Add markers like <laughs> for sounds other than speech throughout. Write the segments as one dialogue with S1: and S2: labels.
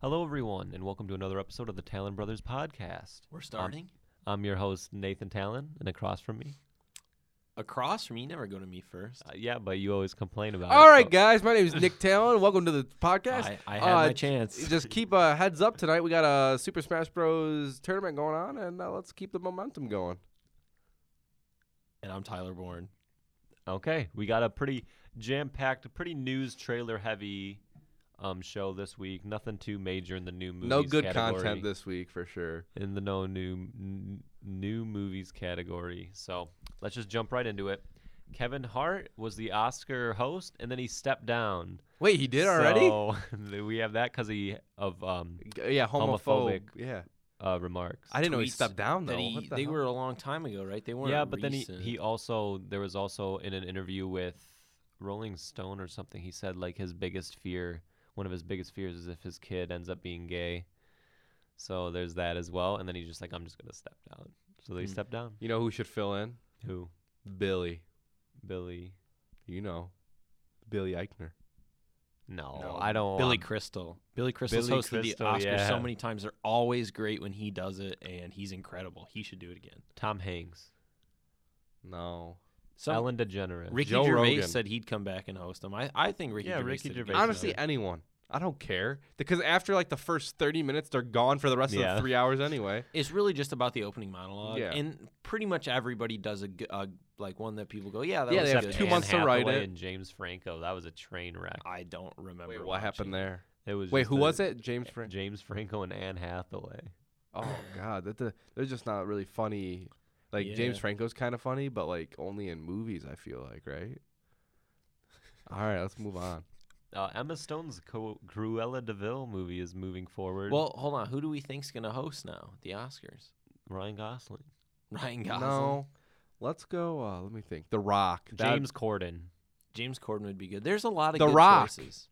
S1: Hello, everyone, and welcome to another episode of the Talon Brothers podcast.
S2: We're starting.
S1: I'm your host, Nathan Talon, and across from me,
S2: Across from me, you never go to me first.
S1: uh, yeah, but you always complain about it.
S3: All right,
S1: so-
S3: guys. My name is Nick Talon. Welcome to the podcast.
S2: <laughs> I, I had my
S3: Uh,
S2: chance.
S3: <laughs> Just keep uh, heads up tonight. We got a Super Smash Bros. tournament going on, and uh, let's keep the momentum going.
S2: and I'm Tyler Bourne.
S1: Okay, we got a pretty jam-packed, pretty news trailer-heavy um, show this week. Nothing too major in the new movies.
S3: no good
S1: category.
S3: content this week for sure.
S1: in the no new n- new movies category. So let's just jump right into it. Kevin Hart was the Oscar host, and then he stepped down.
S3: Wait, he did already?
S1: So <laughs> we have that because he of um,
S3: G- yeah,
S1: Homophobic.
S3: homophobic. Yeah,
S1: uh, remarks.
S3: I didn't know he
S2: Tweets
S3: stepped down though.
S2: That he-
S3: Oh, What the
S2: they
S3: hell?
S2: were a long time ago, right? They weren't.
S1: yeah, but then
S2: recent.
S1: he, he also there was also in an interview with Rolling Stone or something. He said like his biggest fear, one of his biggest fears, is if his kid ends up being gay. So there's that as well. And then he's just like, I'm just gonna step down. So they
S2: Hmm.
S1: stepped down.
S3: You know who should fill in?
S1: Who?
S3: Billy.
S1: Billy.
S3: You know, Billy Eichner.
S1: No,
S2: No,
S1: I don't.
S2: Billy
S1: I'm-
S2: Crystal. Billy Crystal's
S1: Billy
S2: hosted the
S1: Crystal,
S2: Oscars
S1: yeah.
S2: so many times. They're always great when he does it, and he's incredible. He should do it again.
S1: Tom Hanks.
S3: No.
S2: Some,
S1: Ellen DeGeneres.
S2: Ricky
S3: Joe
S2: Gervais
S3: Rogan.
S2: said he'd come back and host them. I, I think Ricky
S1: Yeah,
S2: Gervais.
S1: Ricky
S2: did a good
S1: Gervais.
S2: job.
S3: Honestly, anyone. I don't care because after like the first thirty minutes, they're gone for the rest of
S1: Yeah.
S3: the three
S2: <laughs>
S3: hours anyway.
S2: It's really just about the opening monologue,
S3: Yeah.
S2: and pretty much everybody does a, g- a- like one that people go, yeah, that
S3: Yeah,
S2: was
S3: they have
S2: good.
S1: Except
S3: two
S1: Anne
S3: months to write
S1: Hathaway
S3: it.
S1: And James Franco. That was a train wreck.
S2: I don't remember.
S3: Wait, what happened
S2: watching.
S3: there?
S1: It was.
S3: Wait,
S1: just
S3: who
S1: a-
S3: was it? James Franco.
S1: James Franco and Anne Hathaway.
S3: Oh God, that the, they're just not really funny. Like James
S2: Yeah.
S3: Franco's kind of funny, but like only in movies. I feel like right. All right, let's move <laughs> on.
S1: Uh, Emma Stone's Co- Cruella Deville movie is moving forward.
S2: Well, hold on. Who do we think's gonna host now the Oscars? <laughs>
S1: Ryan Gosling,
S2: Ryan Gosling.
S3: No, let's go. Uh, let me think. The Rock. That-
S1: James Corden,
S2: James Corden would be good. There's a lot of
S3: The
S2: good
S3: Rock.
S2: choices.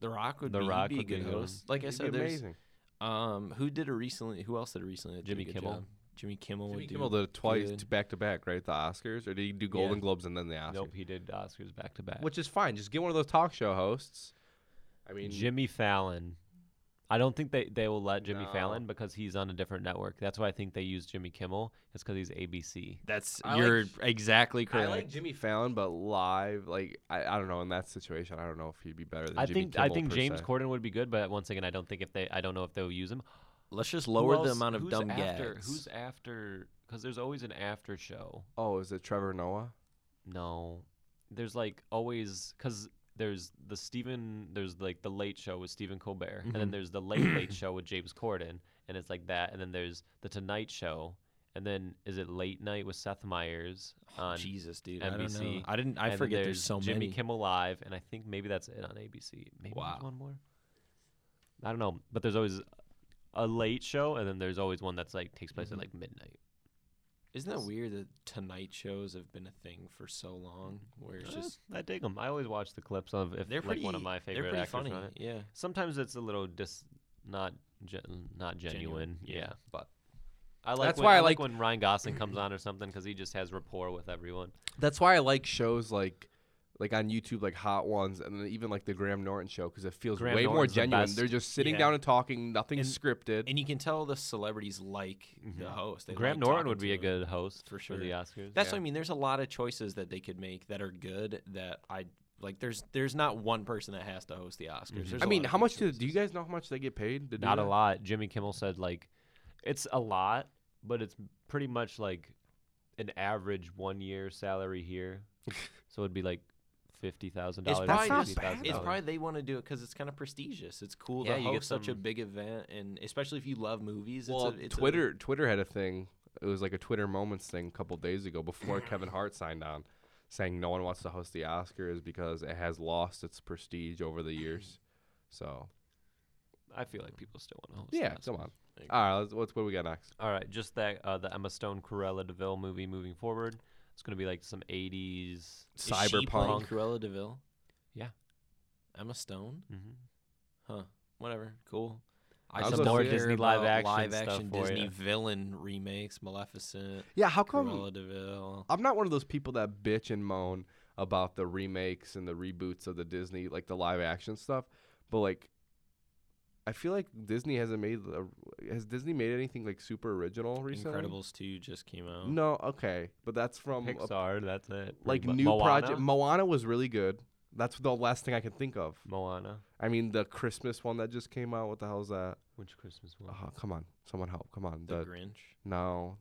S2: The Rock would
S1: The
S2: be, he'd
S1: Rock
S2: be a
S1: would be a
S2: good
S1: good one.
S2: host. Like I
S3: he'd be
S2: said, there's
S3: amazing.
S2: um who did it recently? Who else did it recently? that did a
S1: Jimmy
S2: good
S1: Kimmel.
S2: job? Jimmy Kimmel.
S3: Jimmy
S2: would
S3: Kimmel
S2: do
S3: did it twice
S2: good.
S3: t- back to back, right? The Oscars, or did he do Golden
S2: Yeah.
S3: Globes and then the Oscars?
S1: Nope, he did Oscars back to back.
S3: Which is fine. Just get one of those talk show hosts. I mean,
S1: Jimmy Fallon. I don't think they, they will let Jimmy
S3: No.
S1: Fallon because he's on a different network. That's why I think they use Jimmy Kimmel. It's because he's ABC.
S2: That's
S3: I like-
S2: you're exactly
S3: I
S2: correct.
S3: like Jimmy Fallon, but live, like I, I don't know. In that situation, I don't know if he'd be better than
S1: I
S3: Jimmy
S1: think
S3: Kimmel
S1: I think
S3: per
S1: James
S3: se.
S1: Corden would be good, but once again, I don't think if they I don't know if they'll use him.
S2: Let's just
S1: Who
S2: lower the
S1: else-
S2: amount of
S1: who's
S2: dumb
S1: after,
S2: gags.
S1: Who's after? Because there's always an after show.
S3: Oh, is it Trevor Noah?
S1: No, there's like always because there's the Stephen. There's like the Late Show with Stephen Colbert, and then
S2: Mhm.
S1: there's the Late
S2: <clears throat>
S1: Late Show with James Corden, and it's like that. And then there's the Tonight Show, and then is it Late Night with Seth Meyers on?
S2: Jesus, dude. I don't know.
S1: NBC,
S2: I didn't. Oh, I
S1: and then
S2: forget. There's, so
S1: Jimmy
S2: many.
S1: Kimmel Live, and I think maybe that's it on ABC. Maybe
S2: Wow.
S1: there's one more. I don't know, but there's always a late show, and then there's always one that's like takes place at
S2: Mhm.
S1: like midnight.
S2: Isn't that weird that Tonight shows have been a thing for so long? Where it's
S1: Eh,
S2: just
S1: I dig them. I always watch the clips of if
S2: they're
S1: like
S2: pretty.
S1: one of my
S2: they're
S1: favorite
S2: pretty
S1: actors
S2: funny.
S1: on it.
S2: Yeah.
S1: Sometimes it's a little dis, not gen, not genuine.
S2: Genuine,
S1: yeah.
S2: yeah.
S1: but I like.
S3: That's
S1: when,
S3: why I
S1: like
S3: liked-
S1: when Ryan Gosling comes on or something because he just has rapport with everyone.
S3: That's why I like shows like like on YouTube, like Hot Ones, and then even like the Graham Norton show because it feels
S1: Graham
S3: way
S1: Norton's the
S3: more genuine.
S1: best.
S3: They're just sitting
S2: Yeah.
S3: down and talking, nothing's scripted.
S2: And you can tell the celebrities like the
S1: Mhm.
S2: host. They
S1: Graham
S2: like
S1: Norton
S2: talking
S1: would be
S2: to
S1: a
S2: him.
S1: good host
S2: for
S1: for the
S2: sure.
S1: Oscars.
S2: That's what
S3: yeah.
S2: I mean. There's a lot of choices that they could make that are good. That I like. There's there's not one person that has to host the Oscars.
S1: Mhm.
S2: There's
S3: I
S2: a
S3: mean,
S2: lot of
S3: how
S2: good
S3: much do, do you
S2: choices.
S3: guys know how much they get paid? To do
S1: not a
S3: that?
S1: lot. Jimmy Kimmel said like, it's a lot, but it's pretty much like an average one year salary
S2: <laughs>
S1: here. so it'd be like fifty thousand
S2: It's
S1: dollars.
S2: probably
S3: not bad,
S2: It's
S3: though.
S2: probably they want to do it because it's kind of prestigious. It's cool
S1: Yeah,
S2: to
S1: you get
S2: host such a
S1: some-
S2: big event, and especially if you love movies.
S3: Well,
S2: it's a, it's a-
S3: Twitter Twitter had a thing. It was like a Twitter moments thing a couple days ago before Kevin Hart signed on, saying no one wants to host the Oscars because it has lost its prestige over the years. So
S1: I feel like people still want to host. the
S3: yeah, come
S1: Oscars.
S3: on.
S2: Like-
S3: All right, let's, what's what we got next?
S1: All right, just that uh, the Emma Stone Cruella Deville movie moving forward. It's gonna be like some '80s.
S2: Is she playing
S3: Cyberpunk.
S2: Cruella Deville.
S1: Yeah.
S2: Emma Stone.
S1: Mm-hmm.
S2: Huh. Whatever. Cool.
S3: I
S2: some
S3: was gonna
S2: more
S3: say-
S1: Disney live action
S2: live
S1: stuff
S2: action
S1: for
S2: Disney
S1: ya.
S2: villain remakes, Maleficent,
S3: Yeah, how come
S2: Cruella Deville.
S3: I'm not one of those people that bitch and moan about the remakes and the reboots of the Disney, like the live action stuff. But like, I feel like Disney hasn't made a, has Disney made anything like super original recently?
S2: Incredibles two just came out.
S3: No, okay, but that's from a,
S1: Pixar, that's it.
S3: like
S1: pretty mu-
S3: new project.
S1: Moana?
S3: Moana was really good. That's the last thing I can think of.
S1: Moana.
S3: I mean, the Christmas one that just came out. What the hell's that?
S1: Which Christmas one?
S3: Oh, come on, someone help! Come on,
S2: The
S3: the,
S2: Grinch.
S3: no,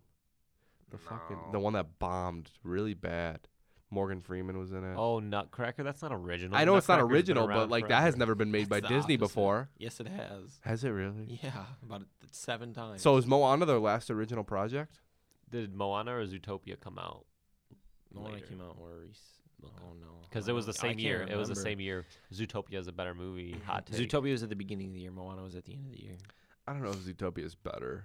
S3: the fucking the one that bombed really bad. Morgan Freeman was in it.
S1: Oh, Nutcracker. That's not original.
S3: I know it's not
S1: Nutcracker's been
S3: original, but
S1: around
S3: like that has
S1: forever.
S3: never been made by
S2: It's the
S3: Disney
S2: opposite.
S3: before.
S2: Yes, it
S3: <laughs>
S2: has.
S3: Has it really?
S2: Yeah, about it- seven times.
S3: So is Moana their last original project?
S1: Did Moana or Zootopia come out?
S2: Moana
S1: later.
S2: came out more recent.
S1: Okay.
S2: Oh no,
S1: Because
S2: I
S1: it was the
S2: don't- I
S1: same
S2: can't
S1: year. It was the
S2: remember. Mm-hmm.
S1: same year. Zootopia is a better movie. Hot take.
S2: Zootopia was at the beginning of the year. Moana was at the end of the year.
S3: I don't know if Zootopia is better.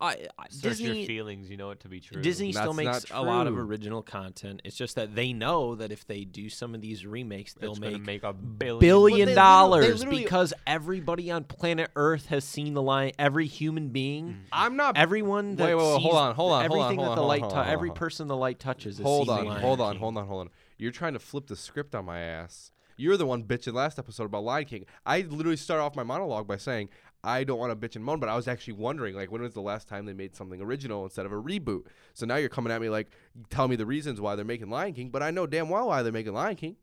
S2: I, I
S1: Search your
S2: Disney
S1: feelings. You know it to be true.
S2: Disney still
S3: That's
S2: makes
S3: not
S2: a lot of
S3: true.
S2: original content. It's just that they know that if they do some of these remakes, they'll
S1: It's gonna
S2: make
S1: make a billion.
S2: billion
S3: Well, they literally-
S2: dollars
S3: they literally-
S2: because everybody on planet Earth has seen the lion. Every human being,
S3: I'm not.
S2: everyone that
S3: Wait, wait, wait,
S2: sees
S3: hold on, hold on, hold on,
S2: everything
S3: hold
S2: that
S3: on,
S2: the
S3: hold
S2: light,
S3: on,
S2: tou-
S3: hold on,
S2: every
S3: hold on.
S2: person the light touches. Has
S3: <laughs> hold
S2: seen
S3: on,
S2: the Lion
S3: hold on,
S2: King.
S3: hold on, hold on. You're trying to flip the script on my ass. You're the one bitching last episode about Lion King. I literally start off my monologue by saying I don't want to bitch and moan, but I was actually wondering like when was the last time they made something original instead of a reboot. So now you're coming at me like tell me the reasons why they're making Lion King, but I know damn well why they're making Lion King.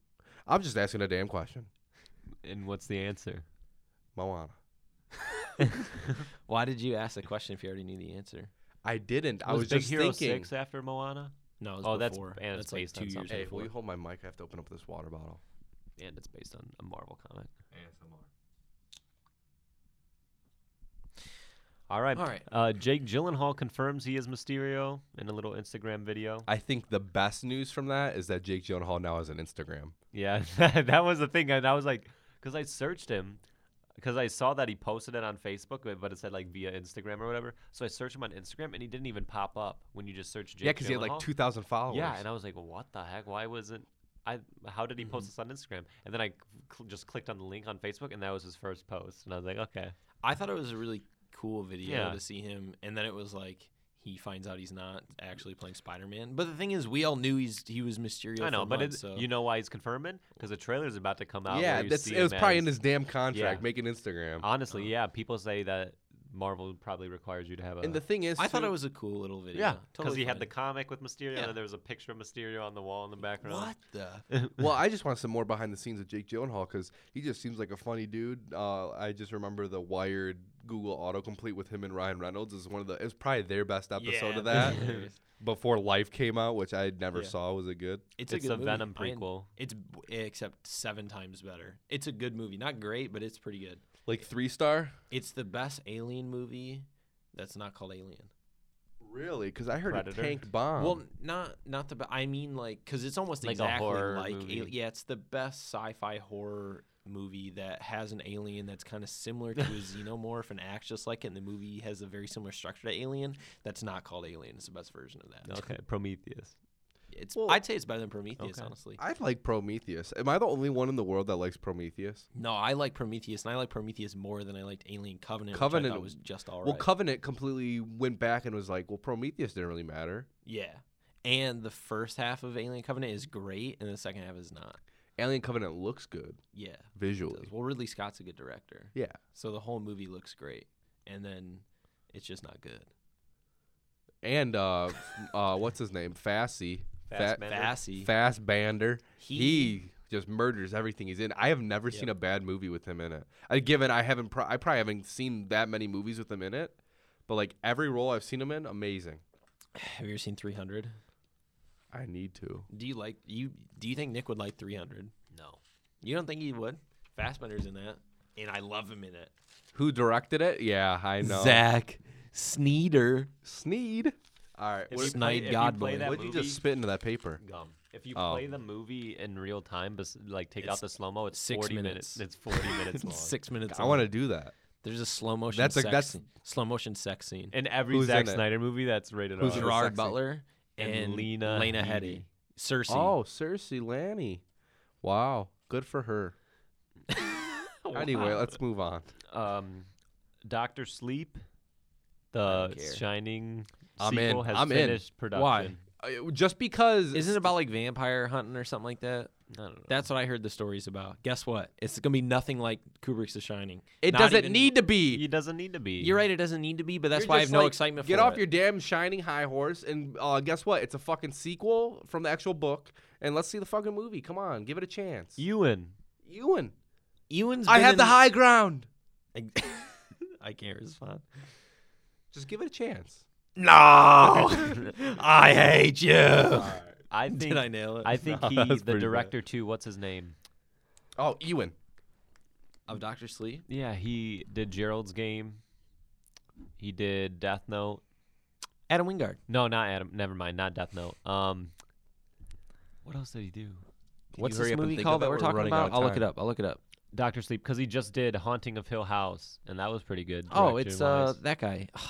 S3: I'm just asking a damn question.
S1: And what's the answer?
S3: Moana.
S2: Why did you ask the question if you already knew the answer?
S3: I didn't. I was
S1: Big
S3: just
S1: Hero
S3: thinking.
S1: Six after Moana,
S2: No, it was
S1: Oh, that's-
S2: before.
S1: and it's
S2: like
S1: based
S2: two
S1: on
S2: years
S1: something.
S3: Hey,
S2: before.
S3: will you hold my mic? I have to open up this water bottle.
S1: and it's based on a Marvel comic. All right.
S2: All right.
S1: Uh, Jake Gyllenhaal confirms he is Mysterio in a little Instagram video.
S3: I think the best news from that is that Jake Gyllenhaal now has an Instagram.
S1: Yeah, <laughs> that was the thing, and I was like, because I searched him, because I saw that he posted it on Facebook, but- but it said like via Instagram or whatever. So I searched him on Instagram, and he didn't even pop up when you just search Jake.
S3: yeah, because he had like
S1: Gyllenhaal.
S3: two thousand followers.
S1: Yeah, and I was like, what the heck? Why wasn't I? How did he post this on Instagram? And then I cl- just clicked on the link on Facebook, and that was his first post, and I was like, okay,
S2: I thought it was a really cool video
S1: Yeah.
S2: to see him, and then it was like he finds out he's not actually playing Spider Man. But the thing is, we all knew he's he was Mysterio.
S1: I
S2: for
S1: know, but
S2: months,
S1: it,
S2: so.
S1: you know why he's confirming? Because the trailer's about to come out.
S3: yeah,
S1: where you
S3: that's
S1: see
S3: it was
S1: him
S3: probably
S1: as-
S3: in his damn contract.
S1: Yeah. Uh,
S3: Make an Instagram.
S1: Honestly, yeah, people say that Marvel probably requires you to have a.
S3: and the thing is,
S2: I thought
S3: too-
S2: it was a cool little video.
S1: Yeah, because
S2: totally
S1: he had
S2: fine.
S1: the comic with Mysterio,
S2: Yeah.
S1: and then there was a picture of Mysterio on the wall in the background.
S2: What the?
S3: well, I just want some more behind the scenes of Jake Gyllenhaal because he just seems like a funny dude. Uh, I just remember the Wired Google autocomplete with him and Ryan Reynolds is one of the. It's probably their best episode
S2: Yeah,
S3: of that
S2: that's
S1: <laughs>
S2: hilarious.
S3: before Life came out, which I never
S2: Yeah.
S3: saw. Was it good?
S1: It's,
S2: It's, a, good
S1: a
S2: movie.
S1: Venom
S2: I en-
S1: prequel.
S2: It's b- except seven times better. It's a good movie, not great, but it's pretty good.
S3: Like three star?
S2: It's the best Alien movie that's not called Alien.
S3: Really? Because I heard
S1: Predator.
S3: it tanked bomb.
S2: well, not not the. Be- I mean, like, because it's almost
S1: Like a
S2: exactly
S1: horror
S2: like.
S1: movie.
S2: Ali- yeah, it's the best sci-fi horror movie that has an alien that's kind of similar
S1: <laughs>
S2: to a xenomorph and acts just like it. And the movie has a very similar structure to Alien. That's not called Alien. It's the best version of that.
S1: Okay, Prometheus.
S2: It's.
S3: Well-
S2: I'd say it's better than Prometheus,
S1: Okay.
S2: honestly.
S3: I like Prometheus. Am I the only one in the world that likes Prometheus?
S2: No, I like Prometheus, and I like Prometheus more than I liked Alien Covenant. Covenant
S3: Covenant-
S2: was just all right.
S3: Well, Covenant completely went back and was like, well, Prometheus didn't really matter.
S2: yeah. And the first half of Alien Covenant is great, and the second half is not.
S3: Alien Covenant looks good
S2: Yeah. it
S3: visually.
S2: does. Well, Ridley Scott's a good director.
S3: Yeah.
S2: So the whole movie looks great, and then it's just not good.
S3: And <laughs> uh, uh, what's his name? Fassi. Fa-
S1: Fassbender.
S2: Bassy,
S3: Fassbander. He,
S2: He-
S3: just murders everything he's in. I have never seen
S2: Yep.
S3: a bad movie with him in it. I, given I haven't, pro- I probably haven't seen that many movies with him in it. But like every role I've seen him in, amazing.
S2: have you ever seen 300?
S3: I need to.
S2: Do you like you? Do you think Nick would like 300?
S1: No.
S2: You don't think he would? Fassbender's in that, and I love him in it.
S3: Who directed it? Yeah, I know.
S2: Zach Sneeder.
S3: Sneed. All right.
S1: If
S3: What,
S1: you
S2: Snide
S1: play- if you
S2: God
S1: play
S2: boy.
S1: that
S3: what did you
S1: movie-
S3: just spit into that paper?
S1: Gum. If you
S3: Oh.
S1: play the movie in real time, bes- like take out
S2: It's
S1: the slow mo, it's
S2: six
S1: forty
S2: minutes.
S1: minutes. It's
S3: <laughs>
S1: forty minutes long.
S2: Six minutes.
S3: I
S2: long.
S3: want to do that.
S2: There's a slow motion.
S3: That's a-
S2: sex
S3: that's-
S2: scene. slow motion sex scene.
S1: In every
S3: Who's
S1: Zack
S3: in it?
S1: Snyder movie, that's rated
S3: Who's
S1: R.
S3: in it?
S2: Gerard
S3: sexy.
S2: Butler and,
S1: And Lena
S2: Lena, Lena
S1: Headey.
S2: Headey. Cersei.
S3: Oh, Cersei Lanny. Wow. Good for her.
S1: <laughs>
S3: Anyway,
S1: Wow.
S3: let's move on.
S1: Um, Doctor Sleep,
S2: I
S1: the
S2: don't care.
S1: Shining
S3: I'm in.
S1: sequel has
S3: I'm in.
S1: finished production.
S3: Just because.
S2: Isn't it about like vampire hunting or something like that?
S1: I don't know.
S2: That's what I heard the stories about. Guess what? It's gonna be nothing like Kubrick's The Shining.
S3: It
S2: Not
S3: doesn't
S2: even-
S3: need to be.
S1: he doesn't need to be.
S2: You're right. It doesn't need to be, but that's
S3: You're
S2: why I have
S3: just
S2: no
S3: like,
S2: excitement.
S3: Get
S2: for
S3: off
S2: it.
S3: your damn shining high horse, and uh, guess what? It's a fucking sequel from the actual book, and let's see the fucking movie. Come on, give it a chance.
S1: Ewan.
S3: Ewan,
S2: Ewan's.
S3: I
S2: been
S3: have the
S2: in-
S3: high ground.
S2: <laughs> I can't respond.
S3: Just give it a chance.
S2: No, <laughs> I hate you.
S3: <laughs>
S1: I think.
S2: <laughs> Did I nail it?
S1: I
S2: <laughs>
S1: think
S3: No,
S1: he,
S3: that's
S1: the
S3: pretty bad.
S1: director too. What's his name?
S3: Oh, Ewan.
S2: of Doctor Sleep.
S1: Yeah, he did Gerald's Game. He did Death Note.
S2: Adam Wingard.
S1: No, not Adam. Never mind. Not Death Note. Um, what else did he do? What's
S2: you hurry
S1: this
S2: up and
S1: movie
S2: think
S1: called
S2: of it?
S1: that we're
S2: We're
S1: talking
S3: running
S1: about?
S3: out.
S2: I'll look
S3: time.
S2: it up. I'll look it up.
S1: Doctor Sleep, because he just did Haunting of Hill House, and that was pretty good.
S2: Oh, it's uh
S1: direction-wise.
S2: that <laughs> guy. Ugh,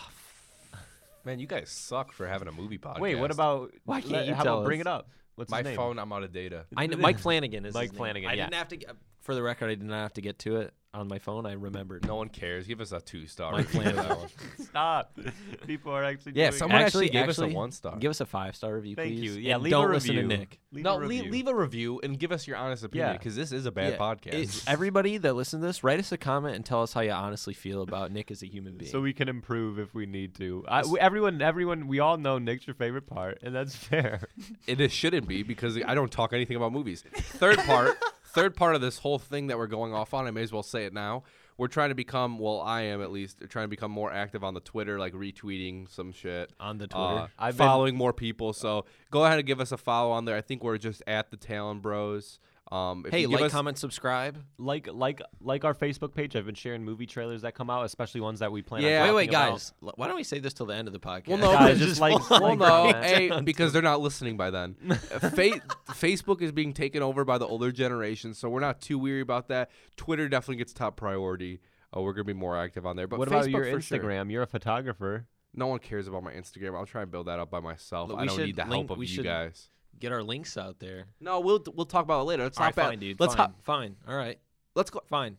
S3: Man, you guys suck for having a movie podcast.
S1: Wait, what about?
S2: Why can't
S1: let-
S2: you
S1: how
S2: tell
S1: about bring
S2: us?
S1: it up? What's
S3: my
S1: his name?
S3: phone? I'm out of data.
S2: I know Mike Flanagan is his
S1: Mike
S2: name.
S1: Flanagan,
S2: I
S1: yeah.
S2: didn't have to. uh, get- For the record, I did not have to get to it on my phone. I remembered.
S3: No one cares. Give us a two star.
S2: Mike Flanagan.
S1: <laughs> Stop. People are actually.
S2: Yeah,
S1: doing
S3: <laughs> Someone
S1: it.
S3: actually,
S2: Actually-
S3: gave us
S2: actually,
S3: a one star.
S2: Give us a five star review,
S1: Thank
S2: please.
S1: you. Yeah,
S2: and
S1: leave
S2: don't
S1: a
S2: listen
S1: review.
S2: to Nick.
S1: Leave
S3: no,
S1: a review.
S3: leave, leave a review and give us your honest opinion
S1: Yeah.
S3: because this is a bad
S2: Yeah,
S3: podcast.
S2: it- everybody that listens to this, write us a comment and tell us how you honestly feel about Nick as a human being.
S1: so we can improve if we need to. I, we, everyone, everyone, we all know Nick's your favorite part, and that's <laughs> fair.
S3: it is- shouldn't be because I don't talk anything about movies. Third <laughs> part, third part of this whole thing that we're going off on, I may as well say it now. We're trying to become, well, I am at least trying to become more active on the Twitter, like retweeting some shit
S2: on the
S3: uh,
S2: Twitter,
S1: I've been-
S3: following more people. So go ahead and give us a follow on there. I think we're just at the Talon Bros. Um, if
S2: hey,
S3: you give
S2: like,
S3: us-
S2: comment, subscribe.
S1: Like, like, like our Facebook page. I've been sharing movie trailers that come out, especially ones that we plan.
S3: Yeah.
S1: on
S2: Wait, wait,
S1: talking about.
S2: guys. L- Why don't we say this till the end of the podcast?
S3: Well, no,
S1: Guys,
S3: because-
S1: just like-
S2: full
S3: <laughs> well,
S1: like
S3: no,
S1: comment.
S3: hey, because they're not listening by <laughs> then. Fa- Facebook is being taken over by the older generation, so we're not too weary about that. Twitter definitely gets top priority. Uh, we're gonna be more active on there, but
S1: What
S3: Facebook
S1: about your
S3: for sure.
S1: Instagram? You're a photographer.
S3: No one cares about my Instagram. I'll try and build that up by myself.
S2: Look,
S3: I
S2: we
S3: don't
S2: should
S3: need the
S2: link-
S3: help of
S2: we
S3: you
S2: should-
S3: guys.
S2: get our links out there.
S3: No, we'll we'll talk about it later. Let's
S2: All right,
S3: hop back.
S2: fine, dude.
S3: Let's
S2: fine,
S3: hop.
S2: Fine. All right.
S3: Let's go.
S2: Fine.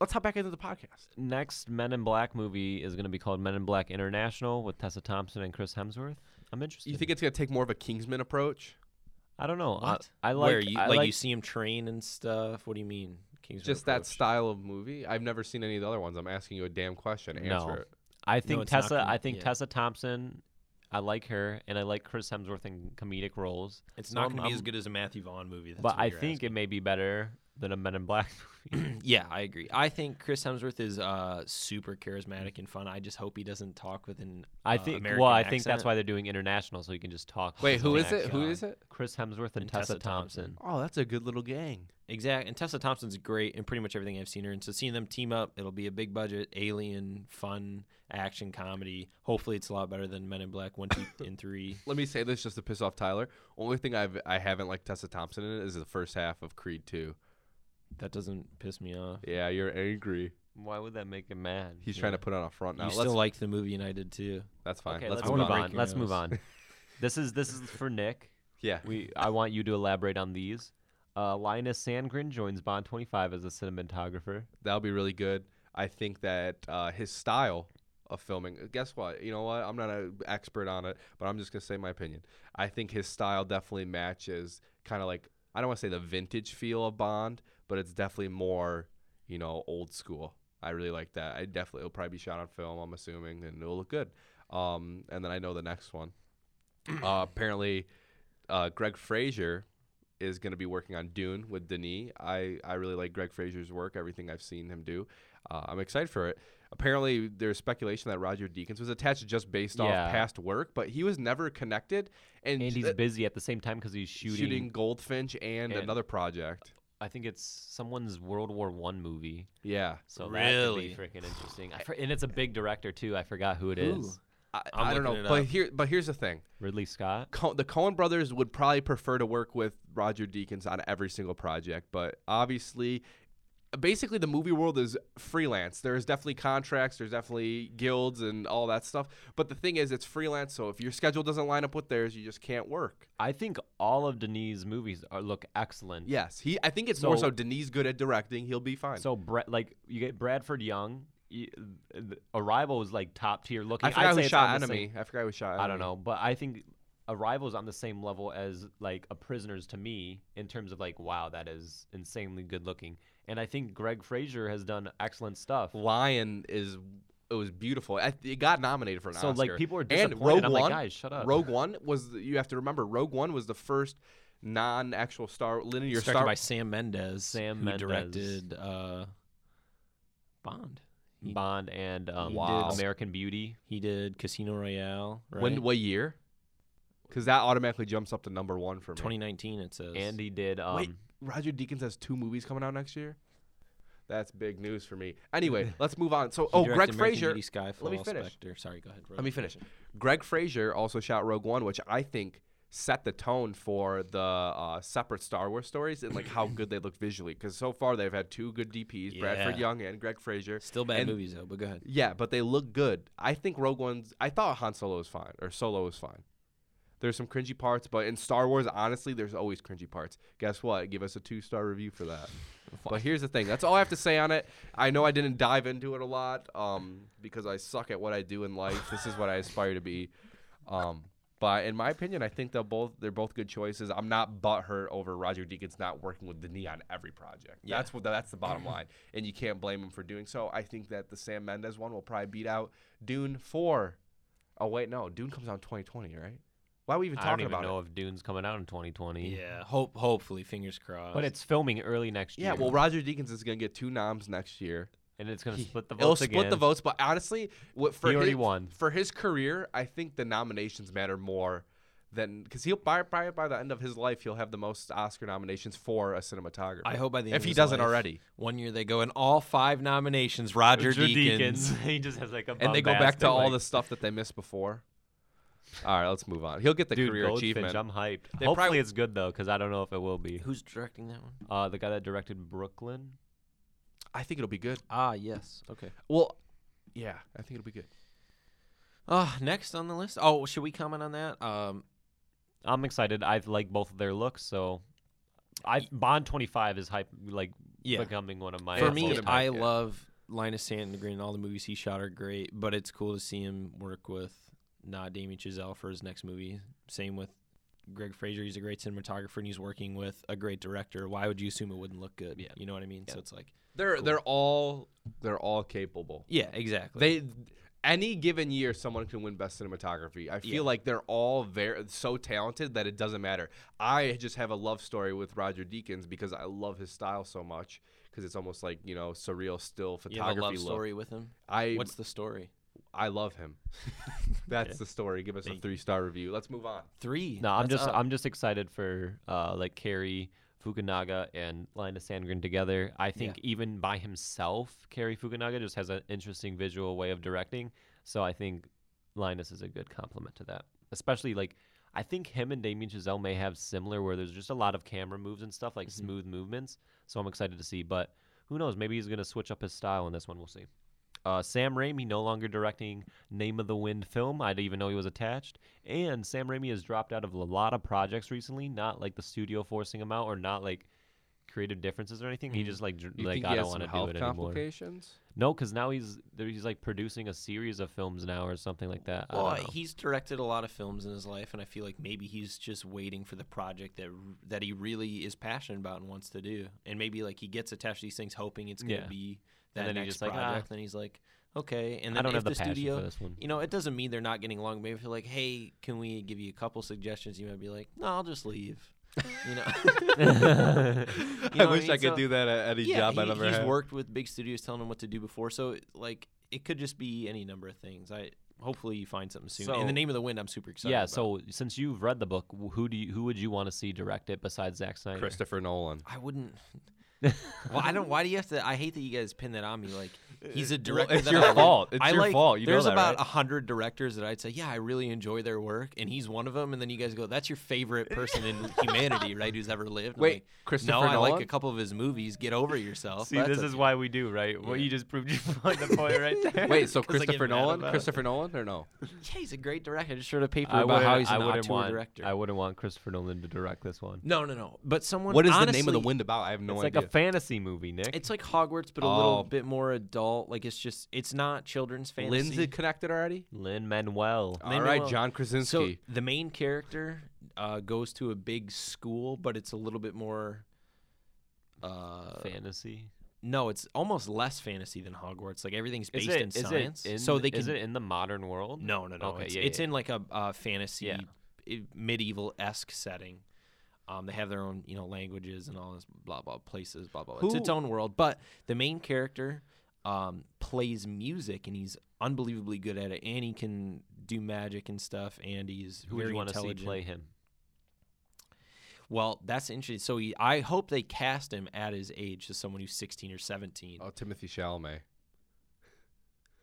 S3: Let's hop back into the podcast.
S1: Next Men in Black movie is going to be called Men in Black International with Tessa Thompson and Chris Hemsworth. I'm interested.
S3: You think it's gonna take more of a Kingsman approach?
S1: I don't know. I-
S2: What?
S1: I, like.
S2: Where you
S1: I
S2: like,
S1: like
S2: you see him train and stuff. What do you mean? Kingsman
S3: Just that
S2: Approach?
S3: style of movie. I've never seen any of the other ones. I'm asking you a damn question. Answer
S1: No.
S3: it.
S1: I think
S2: it's not
S1: Tessa.
S2: gonna-
S1: I think
S2: yeah.
S1: Tessa Thompson. I like her, and I like Chris Hemsworth in comedic roles.
S2: It's
S1: So
S2: not
S1: I'm-
S2: going to be
S1: I'm-
S2: as good as a Matthew Vaughn movie. That's
S1: but
S2: what
S1: I
S2: you're
S1: think it may be better than a Men in
S2: <laughs>
S1: Black movie.
S2: asking. yeah, I agree. I think Chris Hemsworth is uh, super charismatic and fun. I just hope he doesn't talk with an.
S1: I
S2: uh,
S1: think.
S2: American
S1: well, I think that's
S2: accent.
S1: why they're doing international, so you can just talk.
S3: Wait, who
S2: my
S3: is it? Who
S2: God.
S3: is it?
S1: Chris Hemsworth and, Tessa, Thompson.
S3: Oh, that's a good little gang.
S2: Exact. And Tessa Thompson's great in pretty much everything I've seen her. And so seeing them team up, it'll be a big budget, alien, fun, action comedy. Hopefully, it's a lot better than Men in Black
S1: <laughs>
S2: one, two, and three.
S3: Let me say this just to piss off Tyler. Only thing I've I haven't liked Tessa Thompson in it is the first half of Creed Two.
S2: That doesn't piss me off.
S3: Yeah, you're angry.
S1: Why would that make him mad?
S3: He's trying to put on a front now.
S2: you
S3: Let's,
S2: still like the movie, and I did too.
S3: that's fine.
S1: Okay,
S3: let's,
S1: let's,
S2: I wanna
S1: move
S3: move on.
S2: break
S1: on.
S2: your
S1: Let's move
S3: <laughs>
S2: nose.
S1: on. This is this is for Nick.
S3: Yeah.
S1: We I want you to elaborate on these. Uh, Linus Sandgren joins Bond 25 as a cinematographer.
S3: that'll be really good. I think that uh, his style of filming. Guess what? You know what? I'm not an expert on it, but I'm just gonna say my opinion. I think his style definitely matches kind of like I don't want to say the vintage feel of Bond, but it's definitely more you know old school. I really like that. I definitely it'll probably be shot on film. I'm assuming, and it'll look good. Um, and then I know the next one. uh, apparently, uh, Greg Fraser is going to be working on Dune with Denis. I, I really like Greg Fraser's work, everything I've seen him do. Uh, I'm excited for it. Apparently, there's speculation that Roger Deakins was attached just based
S1: Yeah.
S3: off past work, but he was never connected. And,
S1: And
S3: j-
S1: he's busy at the same time because he's
S3: shooting,
S1: shooting,
S3: Goldfinch and,
S1: and-
S3: another project.
S1: I think it's someone's World War One movie.
S3: Yeah.
S1: So really?
S2: Really?
S1: that could be freaking interesting. I for, and it's a big director too. I forgot who it
S2: Ooh.
S1: is.
S3: I,
S2: I'm
S3: I don't
S2: looking
S3: know.
S2: it
S3: But,
S2: up.
S3: here, but here's the thing
S1: Ridley Scott.
S3: Co- the Cohen brothers would probably prefer to work with Roger Deakins on every single project, but obviously, basically, the movie world is freelance. There's definitely contracts, there's definitely guilds and all that stuff. But the thing is, it's freelance, so if your schedule doesn't line up with theirs, you just can't work.
S1: I think all of Denis' movies are look excellent.
S3: Yes, he. I think it's more
S1: So-
S3: so Denis good at directing. He'll be fine.
S1: So Brad, like you get Bradford Young. y- th- Arrival was like top tier looking.
S3: I forgot
S1: I'd say
S3: who
S1: it's
S3: shot
S1: on the same-
S3: Enemy. I forgot who shot.
S1: I
S3: Enemy.
S1: don't know, but I think Arrival is on the same level as like a Prisoners to me in terms of like, wow, that is insanely good looking. And I think Greg Fraser has done excellent stuff.
S3: Lion is it was beautiful. I- It got nominated for an
S1: So
S3: Oscar.
S1: like people are
S3: and
S1: disappointed.
S3: Rogue
S1: I'm like,
S3: One.
S1: guys, shut up.
S3: Rogue One was the, you have to remember Rogue One was the first non-actual Star linear
S2: Directed
S3: Star
S2: by Sam Mendes,
S1: Sam
S2: who
S1: Mendes.
S2: directed uh, Bond. He,
S1: Bond and um,
S2: Wow.
S1: American Beauty.
S2: he did Casino Royale. Right?
S3: when what year? Because that automatically jumps up to number one for me.
S2: 2019 it says.
S1: And he did. Um,
S3: Wait. Roger Deakins has two movies coming out next year. That's big news for me.
S2: <laughs>
S3: Anyway, let's move on. So,
S2: He
S3: oh,
S2: directed
S3: Greg
S2: American
S3: Fraser.
S2: Beauty, Skyfall,
S3: Let me finish.
S2: Spectre. Sorry, go ahead.
S3: Let me finish. Greg Fraser also shot Rogue One, which I think set the tone for the uh, separate Star Wars stories and like how good they look visually. Because so far they've had two good DPs, Bradford
S2: Yeah.
S3: Young and Greg Fraser.
S2: Still bad
S3: And-
S2: movies though, but go ahead.
S3: Yeah, but they look good. I think Rogue One's. I thought Han Solo was fine or Solo was fine. There's some cringy parts, but in Star Wars, honestly, there's always cringy parts. Guess what? Give us a two star review for that. but here's the thing. That's all I have to say on it. I know I didn't dive into it a lot um, because I suck at what I do in life. This is what I aspire to be. Um, but in my opinion, I think they're both they're both good choices. I'm not butthurt over Roger Deakins not working with the knee on every project.
S2: Yeah.
S3: That's what that's
S1: <clears throat>
S3: the bottom line, and you can't blame him for doing so. I think that the Sam Mendes one will probably beat out Dune four. Oh wait, no, Dune comes out in 2020, right? Why are we even
S1: I don't
S3: talking
S1: even
S3: about
S1: know
S3: it?
S1: if Dune's coming out in 2020.
S2: Yeah, hope hopefully fingers crossed.
S1: But it's filming early next
S3: Yeah,
S1: year.
S3: well, Roger Deakins is gonna get two noms next year.
S1: and it's gonna
S3: He-
S1: split the votes
S3: It'll split
S1: again.
S3: the votes, but honestly, what for
S1: He already
S3: his,
S1: won.
S3: for his career, I think the nominations matter more than because he'll by, by by the end of his life he'll have the most Oscar nominations for a cinematographer.
S2: I hope by the end
S3: if
S2: of
S3: he
S2: his
S3: doesn't
S2: life,
S3: already,
S2: One year they go in all five nominations. Roger,
S1: Roger
S2: Deakins.
S1: <laughs> he just has like a
S3: and they go back to
S1: bombastic,
S3: all
S1: like,
S3: the stuff that they missed before. All right, let's move on. He'll get the
S1: Dude,
S3: career
S1: Goldfinch,
S3: achievement.
S1: I'm hyped.
S3: They
S1: Hopefully
S3: probably-
S1: it's good though, because I don't know if it will be.
S2: <laughs> Who's directing that one?
S1: Uh, the guy that directed Brooklyn.
S3: I think it'll be good.
S2: Ah, yes. Okay.
S3: Well, yeah, I think it'll be good.
S2: Uh, next on the list. Oh, should we comment on that? Um,
S1: I'm excited. I like both of their looks, so I Bond 25 is hype, like
S2: yeah.
S1: becoming one of my.
S2: For
S3: it's
S2: me,
S1: most-
S3: gonna be-
S2: I
S3: yeah.
S2: love Linus Sandgren. and All the movies he shot are great, but it's cool to see him work with not Damien Chazelle for his next movie. Same with Greg Fraser. He's a great cinematographer, and he's working with a great director. Why would you assume it wouldn't look good?
S1: Yeah.
S2: You know what I mean? So it's like,
S3: They're they're all they're all capable.
S2: yeah, exactly.
S3: They any given year someone can win best cinematography. I feel
S2: Yeah.
S3: like they're all very so talented that it doesn't matter. I just have a love story with Roger Deakins because I love his style so much because it's almost like you know surreal still
S2: you have
S3: photography
S2: a love
S3: look.
S2: story with him.
S3: I
S2: What's the story?
S3: I love him. That's the story. Give us a
S2: Thank you.
S3: three star review. Let's move on.
S2: Three.
S1: No, I'm
S2: That's
S1: just
S2: up.
S1: I'm just excited for uh, like Kerry Fukunaga and Linus Sandgren together. I think even by himself, Kerry Fukunaga just has an interesting visual way of directing. So I think Linus is a good complement to that. Especially like I think him and Damien Chazelle may have similar where there's just a lot of camera moves and stuff, like
S3: Mm-hmm.
S1: smooth movements. So I'm excited to see. But who knows? Maybe he's gonna switch up his style in this one. We'll see. Uh, Sam Raimi no longer directing Name of the Wind film. I didn't even know he was attached. And Sam Raimi has dropped out of a lot of projects recently. Not like the studio forcing him out, or not like creative differences or anything. He just like dr-
S3: Mm-hmm. You
S1: like
S3: think
S1: I
S3: he has
S1: don't want
S3: some
S1: to do
S3: health
S1: it anymore.
S3: complications?
S1: No, because now he's there, he's like producing a series of films now or something like that. I
S2: Well,
S1: don't know.
S2: he's directed a lot of films in his life, and I feel like maybe he's just waiting for the project that r- that he really is passionate about and wants to do. And maybe like he gets attached to these things, hoping it's going to
S1: Yeah.
S2: be that
S1: then he
S2: next
S1: just like, "Ah."
S2: project. then he's like, okay. And then
S1: I don't
S2: if
S1: have the,
S2: the,
S1: passion
S2: studio,
S1: for this one.
S2: you know, it doesn't mean they're not getting along. Maybe if you're like, hey, can we give you a couple suggestions? You might be like, no, I'll just leave. You know, <laughs>
S1: <laughs>
S3: <laughs>
S2: You know what I mean? So-
S3: that at any
S2: yeah, he- he's worked with big studios telling him what to do before, so like it could just be any number of things. I hopefully you find something soon.
S1: So-
S2: In the name of the wind, I'm super excited.
S1: yeah.
S2: about.
S1: So since you've read the book, wh- who do you, who would you want to see direct it besides Zack Snyder?
S2: <laughs>
S3: Christopher Nolan.
S2: I wouldn't. well, I don't. Why do you have to? I hate that you guys pin that on me. Like he's a director.
S3: it's
S2: that
S3: your
S2: I like.
S3: fault. It's
S2: I
S3: your
S2: like-
S3: fault. You know
S2: there's
S3: that,
S2: about
S3: right?
S2: a hundred directors that I'd say, yeah, I really enjoy their work, and he's one of them. And then you guys go, that's your favorite person in humanity, right? Who's ever lived? I'm
S3: Wait,
S2: like,
S3: Christopher
S2: no, I
S3: Nolan.
S2: like a couple of his movies. Get over yourself.
S1: See,
S2: That's
S1: this
S2: a-
S1: is why we do right. What
S2: Yeah.
S1: you just
S2: <laughs>
S1: proved your point, the point right there.
S3: Wait, so
S2: 'Cause I get
S3: Christopher
S2: mad
S3: Nolan?
S2: about it.
S3: Christopher Nolan or no?
S2: yeah, he's a great director. I just showed a paper
S1: I
S2: about
S1: wouldn't,
S2: how he's
S1: I
S2: an
S1: wouldn't
S2: auteur
S1: want
S2: director.
S1: I wouldn't want Christopher Nolan to direct this one.
S2: No, no, no. But someone.
S3: What is
S2: honestly,
S3: the name of the wind about? I have no
S1: it's like
S3: idea.
S1: a fantasy movie, Nick.
S2: It's like Hogwarts, but a
S1: Oh.
S2: little bit more adult. Like it's just, it's not children's fantasy.
S3: Lindsay connected already.
S1: Lin Manuel.
S3: All right,
S2: Manuel.
S3: John Krasinski.
S2: So the main character uh, goes to a big school, but it's a little bit more. Uh,
S1: fantasy.
S2: no, it's almost less fantasy than Hogwarts. Like everything's
S1: Is
S2: based
S1: it-
S2: in
S1: is it
S2: science,
S1: in-
S2: so they can.
S1: Is it in the modern world?
S2: no, no, no.
S1: Okay,
S2: it's
S1: yeah,
S2: it's
S1: yeah,
S2: in like a uh, fantasy,
S1: Yeah.
S2: medieval esque setting. Um, they have their own, you know, languages and all this blah blah places, blah blah. It's its
S3: Who-
S2: own world, but the main character um, plays music and he's unbelievably good at it, and he can do magic and stuff, and he's
S1: Who would
S2: very
S1: you want to see
S2: intelligent.
S1: play him?
S2: Well, that's interesting. So he, I hope they cast him at his age to someone who's 16 or 17.
S3: oh, Timothy Chalamet.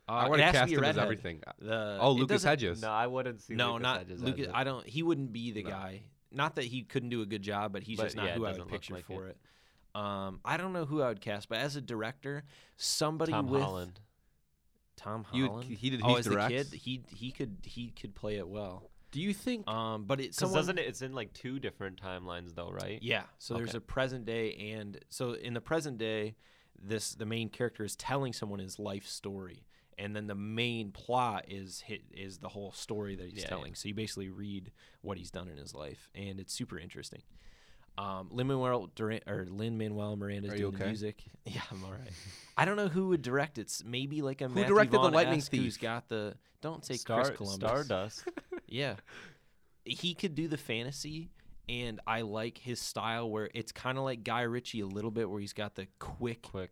S2: Uh,
S3: I
S2: it
S3: want to
S2: has
S3: cast
S2: be a
S3: him as
S2: redhead.
S3: everything.
S2: The,
S3: oh,
S2: it
S3: Lucas
S2: doesn't-
S3: Hedges.
S1: No, I wouldn't see.
S2: No,
S1: Lucas
S2: not
S1: Hedges as
S2: Lucas.
S1: it.
S2: I don't. He wouldn't be the
S3: No.
S2: guy. Not that he couldn't do a good job, but he's
S1: But,
S2: just not
S1: yeah, it
S2: who I
S1: doesn't
S2: would
S1: look
S2: picture
S1: like
S2: for it. Um, I don't know who I would cast, but as a director, somebody
S1: Tom
S2: with
S1: Holland.
S2: Tom
S3: You-
S2: Holland.
S3: he did.
S2: oh,
S3: Heath
S2: as the
S3: directs.
S2: kid, he he could he could play it well.
S3: Do you think?
S2: Um, but it
S1: Because
S2: someone
S1: doesn't it? It's in like two different timelines though, right?
S2: Yeah. So there's
S1: Okay.
S2: a present day and so in the present day, this the main character is telling someone his life story, and then the main plot is hit is the whole story that he's
S1: Yeah, yeah.
S2: telling. So you basically read what he's done in his life, and it's super interesting. Um, Lin Manuel or Lin Manuel Miranda's
S3: Are you
S2: doing the
S3: okay?
S2: music.
S3: <laughs>
S2: Yeah, I'm all right. I don't know who would direct it. S- Maybe like a
S3: Who
S2: Matthew
S3: directed The
S2: Vaughn-esque
S3: Lightning
S2: Who's
S3: Thief?
S2: got the? Don't say
S1: Star,
S2: Chris Columbus. <laughs>
S1: Stardust.
S2: Yeah. He could do the fantasy and I like his style where it's kind of like Guy Ritchie a little bit where he's got the quick eh,
S1: Quick.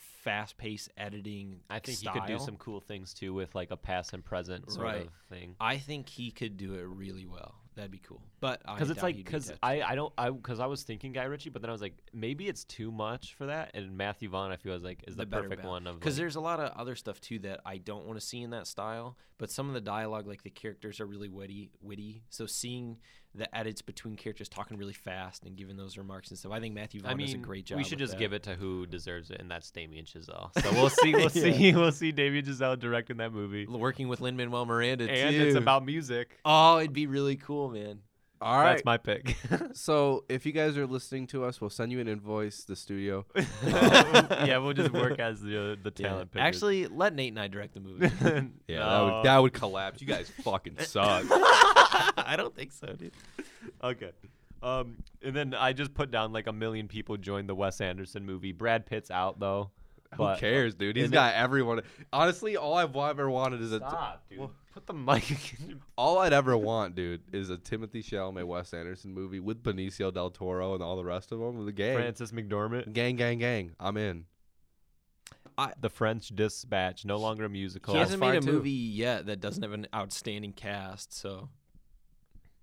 S2: fast-paced editing
S1: I think
S2: style.
S1: he could do some cool things too with like a past and present sort
S2: Right.
S1: of thing.
S2: I think he could do it really well. That'd be cool. But I
S1: Because it's
S2: doubt
S1: like
S2: he'd be
S1: because
S2: touched.
S1: I I don't I because I was thinking Guy Ritchie, but then I was like maybe it's too much for that. And Matthew Vaughn, I feel is like is the,
S2: better
S1: perfect
S2: balance.
S1: one of
S2: because
S1: like,
S2: there's a lot of other stuff too that I don't want to see in that style. But some of the dialogue, like the characters, are really witty. Witty. So seeing the edits between characters talking really fast and giving those remarks and stuff, I think Matthew Vaughn
S1: I mean,
S2: does a great job.
S1: we should
S2: with
S1: just
S2: that.
S1: give it to who deserves it, and that's Damien
S2: <laughs>
S1: Chazelle. So we'll see, we'll see, <laughs> we'll see Damien Chazelle directing that movie,
S2: L- working with Lin Manuel Miranda
S1: and
S2: too.
S1: it's about music.
S2: oh, it'd be really cool, man.
S3: All right.
S1: That's my
S2: <laughs>
S1: pick. <laughs>
S3: so if you guys are listening to us, we'll send you an invoice. The <laughs> studio.
S1: yeah, we'll just work as the the talent. pickers. <laughs>
S2: Actually, <laughs> let Nate and I direct the <laughs> movie.
S1: No.
S3: that would collapse. You guys fucking suck.
S1: <laughs>
S2: I don't think so, dude.
S1: Okay. Um, and then I just put down like a million people joined the Wes Anderson movie. Brad Pitt's out though.
S3: Who
S1: but-
S3: cares, dude? He's
S1: and
S3: got everyone. Honestly, all I've ever wanted is a.
S1: Stop, dude. put the mic. in your-
S3: All I'd ever want, dude, is a Timothy Chalamet, Wes Anderson movie with Benicio del Toro and all the rest of them with a gang.
S1: Francis McDormand.
S3: Gang, gang, gang. I'm in.
S1: The French Dispatch, no longer a musical.
S2: He hasn't made
S3: fine,
S2: a
S3: too.
S2: movie yet that doesn't have an outstanding cast, so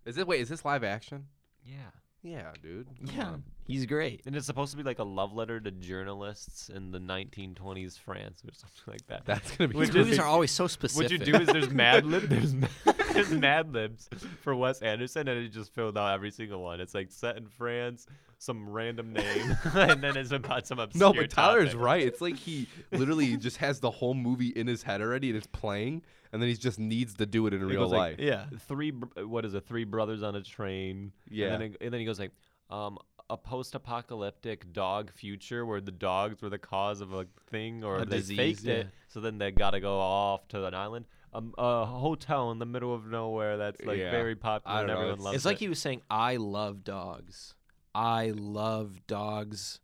S3: Is it? Wait, is this live action?
S1: yeah.
S3: Yeah,
S1: <laughs>
S3: dude. Come
S2: yeah,
S3: on.
S2: he's great.
S1: And it's supposed to be like a love letter to journalists in the 1920s France or something like that.
S3: that's gonna be.
S1: Which
S2: His
S1: is
S3: crazy.
S2: movies
S1: ex-
S2: are always so
S1: what
S2: specific.
S1: you do is there's Mad
S3: <laughs>
S1: Lib, there's ma- <laughs> there's Mad Libs for Wes Anderson, and it just filled out every single one. It's like set in France, some random
S3: <laughs>
S1: name, <laughs> and then it's about some obscure.
S3: No, but Tyler's
S1: topic.
S3: right. It's
S1: <laughs>
S3: like he literally just has the whole movie in his head already, and it's playing, and then he just needs to do it in
S1: It
S3: real
S1: goes like,
S3: life.
S2: yeah.
S1: three br- what is it three brothers on a train
S3: Yeah.
S1: and then, it- and then he goes like um a post-apocalyptic dog future where the dogs were the cause of a thing or
S2: A
S1: they
S2: disease,
S1: faked
S2: yeah.
S1: it so then they gotta go off to an island um, a hotel in the middle of nowhere that's like
S3: Yeah.
S1: very popular
S3: I
S1: and
S3: don't know,
S1: everyone
S3: it's-
S1: loves
S2: It's like
S1: it.
S2: he was saying, "I love dogs. I love dogs.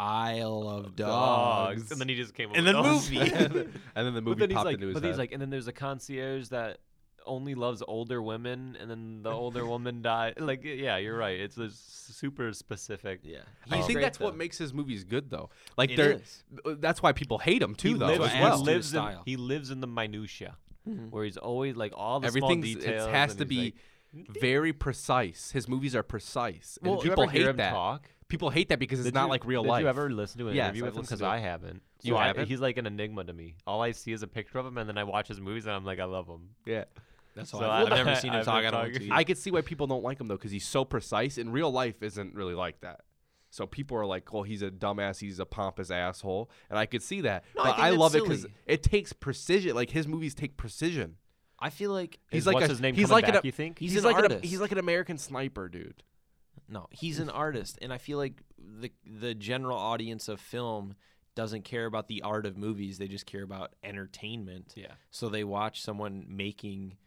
S2: I love dogs."
S1: and then he just came up
S2: And
S1: with
S2: then
S1: dogs. <laughs>
S2: movie.
S3: <laughs> and then
S1: but
S3: the movie
S1: then he's
S3: popped
S1: like
S3: into his
S1: but
S3: head.
S1: he's like and then there's a concierge that only loves older women and then the older woman died like yeah you're right it's a s- super specific
S2: yeah,
S3: I
S2: he's
S3: think
S2: Oh, great,
S3: that's
S2: though.
S3: what makes his movies good, though. Like
S2: It
S3: they're
S2: is.
S3: that's why people hate him too,
S1: he
S3: though.
S1: lives,
S3: as
S1: he
S3: well.
S2: to his
S1: lives in
S2: style.
S1: he lives in the minutia, where he's always like all the
S3: Everything
S1: small
S3: Mm-hmm. it
S1: details.
S3: has
S1: and
S3: to
S1: he's
S3: be very precise. His movies are precise, and
S1: Like, did you
S3: people
S1: ever
S3: hate
S1: hear him
S3: that.
S1: talk?
S3: People hate that because it's
S1: Did
S3: not
S1: you-
S3: like real
S1: did
S3: life.
S1: you ever listen to an
S3: Yes,
S1: interview
S3: I've
S1: with him? Because
S3: listened to it.
S1: I haven't.
S3: You
S1: I-
S3: haven't?
S1: he's like an enigma to me. All I see is a picture of him, and then I watch his movies, and I'm like, I love him.
S3: Yeah,
S2: That's
S1: So
S2: all. I've,
S1: I-
S2: <laughs> I've never seen him
S1: I've
S2: talk.
S1: been
S2: I don't want
S1: talking-
S2: to.
S3: I could see why people don't like him though because he's so precise. And real life isn't really like that. So people are like, "Well, he's a dumbass. He's a pompous asshole," and I could see that.
S2: No, I
S3: but
S2: think
S3: I,
S2: that's
S3: love it because
S2: silly.
S3: it takes precision. Like his movies take precision.
S2: I feel like
S3: He's
S1: Is
S3: like
S1: what's
S3: a-
S1: his name
S3: he's
S1: coming
S3: like an-
S1: back? you think?
S2: he's,
S3: he's
S2: an
S3: like
S2: artist.
S3: an he's like an American sniper, dude.
S2: no, he's an artist, and I feel like the the general audience of film doesn't care about the art of movies; they just care about entertainment.
S1: Yeah.
S2: So they watch someone making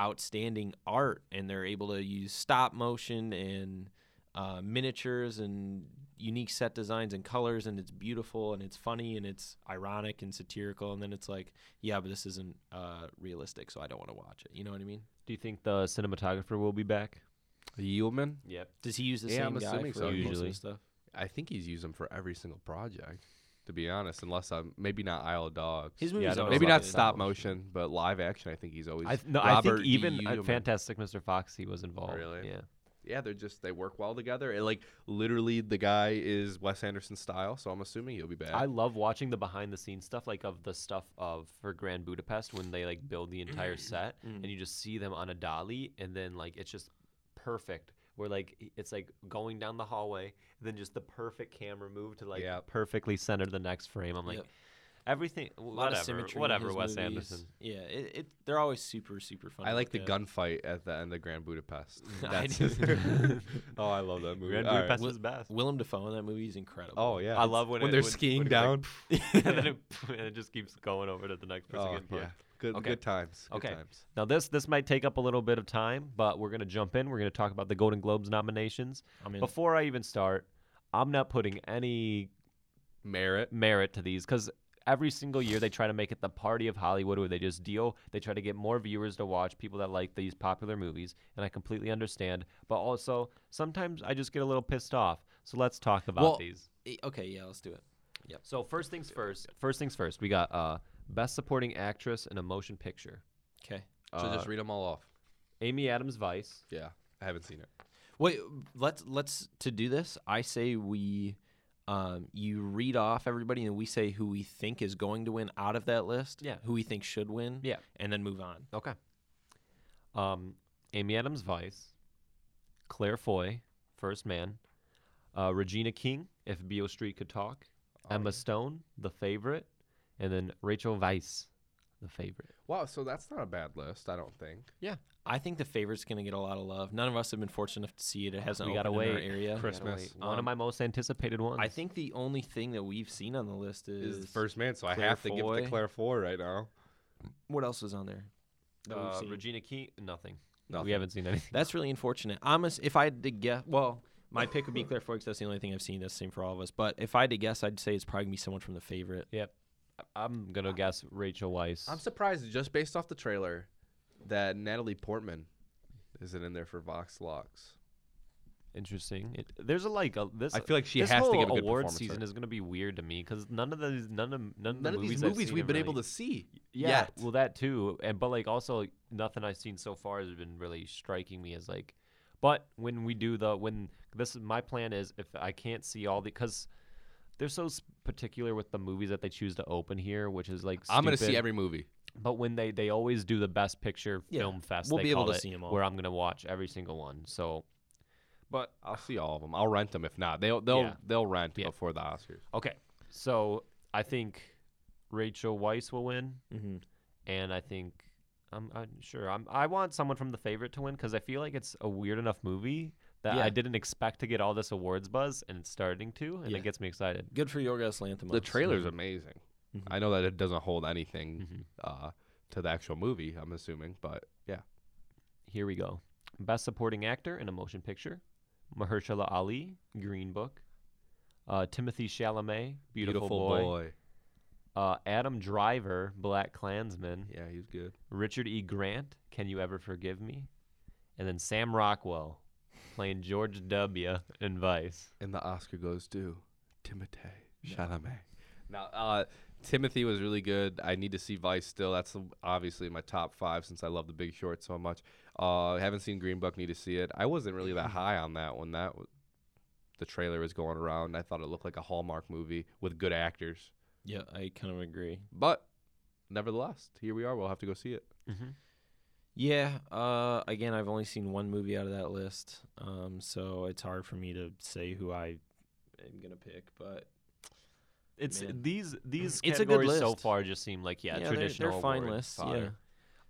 S2: outstanding art, and they're able to use stop motion and uh, miniatures and unique set designs and colors, and it's beautiful and it's funny and it's ironic and satirical. And then it's like, yeah, but this isn't uh, realistic, so I don't want to watch it. You know what I mean?
S1: Do you think the cinematographer will be back?
S3: Yeoman.
S1: Yep.
S2: Does he use the
S3: Yeah,
S2: same
S3: I'm
S2: guy
S3: assuming
S2: for
S3: so.
S2: most of his
S1: Usually.
S2: stuff?
S3: I think he's used them for every single project, to be honest. Unless I'm maybe not Isle of Dogs.
S2: His
S1: movies
S2: movies
S1: always
S3: maybe
S1: love
S3: not
S1: it.
S3: stop motion, but live action. I think he's always.
S1: I th- no, I
S3: Robert
S1: think even
S3: E.
S1: uh,
S3: Yeoman.
S1: Fantastic Mr. Foxy was involved.
S3: Really?
S1: Yeah.
S3: Yeah, they're just they work well together. And like literally, the guy is Wes Anderson style, so I'm assuming he'll be back.
S1: I love watching the behind the scenes stuff, like of the stuff of for Grand Budapest when they like build the
S3: <clears throat>
S1: entire set and you just see them on a dolly and then like it's just perfect. Where like i- it's like going down the hallway, then just the perfect camera move to like
S3: Yep.
S1: perfectly center the next frame. I'm like
S2: Yep.
S1: everything,
S2: A
S1: w-
S2: lot of
S1: whatever,
S2: symmetry in
S1: whatever.
S2: his
S1: Wes
S2: movies.
S1: Anderson.
S2: Yeah, it, it, they're always super super fun.
S3: I
S2: to
S3: like
S2: look
S3: the
S2: at.
S3: gunfight at the end of Grand
S1: <laughs>
S3: Budapest.
S2: I
S3: That's
S2: do.
S3: oh, I love that movie.
S1: Grand
S3: All right.
S1: Budapest
S2: Wh-
S1: was best.
S2: Willem Dafoe in that movie is incredible. <laughs>
S3: Oh yeah,
S1: I love when
S3: when
S1: it-
S3: they're
S1: when-
S3: skiing
S1: when he's like, <laughs>
S3: down.
S1: and then it, and it just keeps going over to the next person.
S3: oh
S1: getting punched.
S3: yeah, good
S1: Okay.
S3: good times. Good
S1: Okay.
S3: times.
S1: Now this this might take up a little bit of time, but we're gonna jump in. We're gonna talk about the Golden Globes nominations.
S2: I mean,
S1: Before I even start, I'm not putting any
S3: Merit.
S1: merit to these because every single year they try to make it the party of Hollywood, where they just deal. They try to get more viewers to watch people that like these popular movies, and I completely understand. But also sometimes I just get a little pissed off. So let's talk about
S2: Well,
S1: these.
S2: e- okay, yeah, let's do it.
S1: So first things first. First things first. We got uh, best supporting actress in a motion picture.
S2: Okay,
S3: So
S1: Uh,
S3: just read them all off.
S1: Amy Adams Vice.
S3: Yeah, I haven't seen it.
S2: wait, let's let's to do this. I say we, um, you read off everybody, and we say who we think is going to win out of that list.
S1: Yeah.
S2: who we think should win.
S1: Yeah.
S2: and then move on.
S1: Okay. Um, Amy Adams Vice, Claire Foy, First Man, uh, Regina King, If Beale Street Could Talk,
S3: Oh,
S1: Emma Stone, The Favorite, and then Rachel Weisz, The Favorite.
S3: Wow, so that's not a bad list. I don't think.
S2: I think the favorite's gonna get a lot of love. None of us have been fortunate enough to see it. It hasn't
S1: We
S2: opened
S1: gotta
S2: in our
S1: wait.
S2: area.
S3: Chris- Christmas.
S1: Gotta wait. One of
S2: Um,
S1: my most anticipated ones.
S2: I think the only thing that we've seen on the list
S3: Is,
S2: is,
S3: the first man, so I
S2: Claire
S3: have to give it
S2: Foy.
S3: to Claire Foy right now.
S2: What else was on there? that we've
S1: Uh,
S2: seen?
S1: Regina King, nothing. We
S3: Nothing.
S1: haven't seen
S3: <laughs>
S1: anything.
S2: That's really unfortunate. I'm a, if I had to guess, well, my pick would be Claire Foy 'cause that's the only thing I've seen. That's the same for all of us. But if I had to guess, I'd say it's probably gonna be someone from The Favorite.
S1: Yep. I- I'm gonna guess Rachel Weisz.
S3: I'm surprised just based off the trailer that Natalie Portman isn't in there for Vox Locks.
S1: Interesting. It, there's a like a, this.
S3: I feel like she
S1: this
S3: has to
S1: whole
S3: give a good
S1: award
S3: performance
S1: season
S3: there.
S1: is gonna be weird to me because none of these none of none of,
S3: None
S1: the
S3: of these
S1: I've
S3: movies
S1: seen
S3: we've
S1: have
S3: been
S1: really-
S3: able to see.
S1: Yeah,
S3: yet.
S1: well, that too, and but like also nothing I've seen so far has been really striking me as like. But when we do the when this is my plan is if I can't see all the because they're so s- particular with the movies that they choose to open here, which is like
S3: I'm gonna see
S1: stupid.
S3: every movie.
S1: But when they they always do the best picture
S2: Yeah,
S1: film fest,
S2: we'll
S1: they
S2: be able
S1: call
S2: to
S1: it,
S2: see 'em all.
S1: Where I'm gonna watch every single one. So, but
S3: I'll see all of them. I'll rent them if not. They'll they'll
S1: Yeah.
S3: they'll rent
S1: Yeah.
S3: before the Oscars.
S1: okay, so I think Rachel Weisz will win.
S2: Mm-hmm.
S1: and I think I'm, I'm sure I'm, I want someone from the favorite to win because I feel like it's a weird enough movie that I
S2: Yeah.
S1: didn't expect to get all this awards buzz, and it's starting to, and
S2: Yeah.
S1: it gets me excited.
S2: Good for Yorgos Lanthimos.
S3: The trailer's amazing.
S2: Mhm.
S1: Mm-hmm.
S3: I know that it doesn't hold anything
S1: Mhm.
S3: uh, to the actual movie. I'm assuming, but yeah,
S1: Here we go. Best Supporting Actor in a Motion Picture: Mahershala Ali, Green Book, uh, Timothy Chalamet, Beautiful, Boy, Uh, Adam Driver, Black Klansman,
S3: Yeah, he's good.
S1: Richard E. Grant, Can You Ever Forgive Me, and then Sam Rockwell playing George W. in Vice.
S3: And the Oscar goes to Timothy Chalamet. Now, uh, Timothy was really good. I need to see Vice still. That's the- obviously my top five since I love The Big Short so much. Uh, haven't seen Green Book. Need to see it. I wasn't really that high on that one. That w- the trailer was going around. I thought it looked like a Hallmark movie with good actors.
S2: Yeah, I kind of agree.
S3: But nevertheless, here we are. We'll have to go see it.
S1: Mm-hmm.
S2: Yeah. Uh, again, I've only seen one movie out of that list, um, so it's hard for me to say who I am gonna pick. But
S1: It's
S2: Man.
S1: these these
S2: It's a good
S1: categories so
S2: list.
S1: far just seem like yeah,
S2: they're-
S1: traditional
S2: They're fine
S1: award
S2: lists. Yeah.
S1: fodder.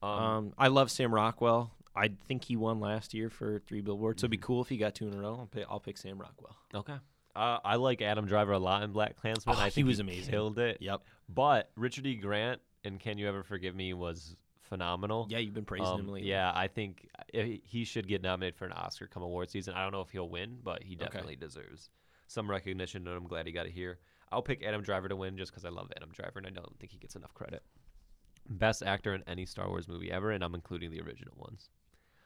S2: Um,
S1: Um,
S2: I love Sam Rockwell. I think he won last year for Three Billboards. So it'd be cool if he got two in a row. I'll pick, I'll pick Sam Rockwell.
S1: Mm-hmm. okay. Uh, I like Adam Driver a lot in Black Klansman.
S2: Oh,
S1: I
S2: he
S1: think
S2: was amazing.
S1: Killed it.
S2: Yep.
S1: But Richard E. Grant and Can You Ever Forgive Me was phenomenal.
S2: Yeah, you've been praising
S1: Um,
S2: him lately.
S1: yeah, I think i- he should get nominated for an Oscar come award season. I don't know if he'll win, but he
S2: Okay.
S1: definitely deserves some recognition, and I'm glad he got it here. I'll pick Adam Driver to win just because I love Adam Driver, and I don't think he gets enough credit. Best actor in any Star Wars movie ever, and I'm including the original ones.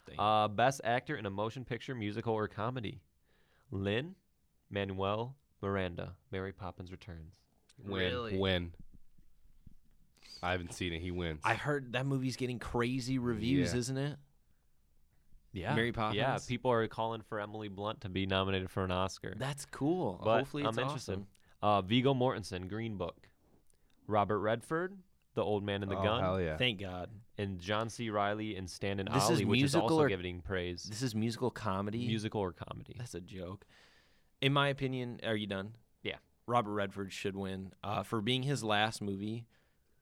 S2: Dang.
S1: Uh, best actor in a motion picture, musical, or comedy: Lynn, Manuel Miranda, Mary Poppins Returns.
S3: Win.
S2: Really?
S3: Win. I haven't seen it. He wins.
S2: I heard that movie's getting crazy reviews,
S3: Yeah.
S2: isn't it?
S1: Yeah,
S2: Mary
S1: Yeah,
S2: Poppins?
S1: people are calling for Emily Blunt to be nominated for an Oscar.
S2: That's cool.
S1: But
S2: Hopefully, it's
S1: I'm interested.
S2: awesome.
S1: Uh, Vigo Mortensen, Green Book. Robert Redford, The Old Man and the
S3: oh,
S1: Gun.
S3: Hell yeah.
S2: Thank God.
S1: And John C. Riley and Stanton
S2: This is
S1: Ollie, which is
S2: musical
S1: also
S2: or-
S1: giving praise.
S2: This is musical comedy.
S1: musical or comedy.
S2: <laughs> That's a joke. In my opinion, are you done?
S1: Yeah.
S2: Robert Redford should win uh, for being his last movie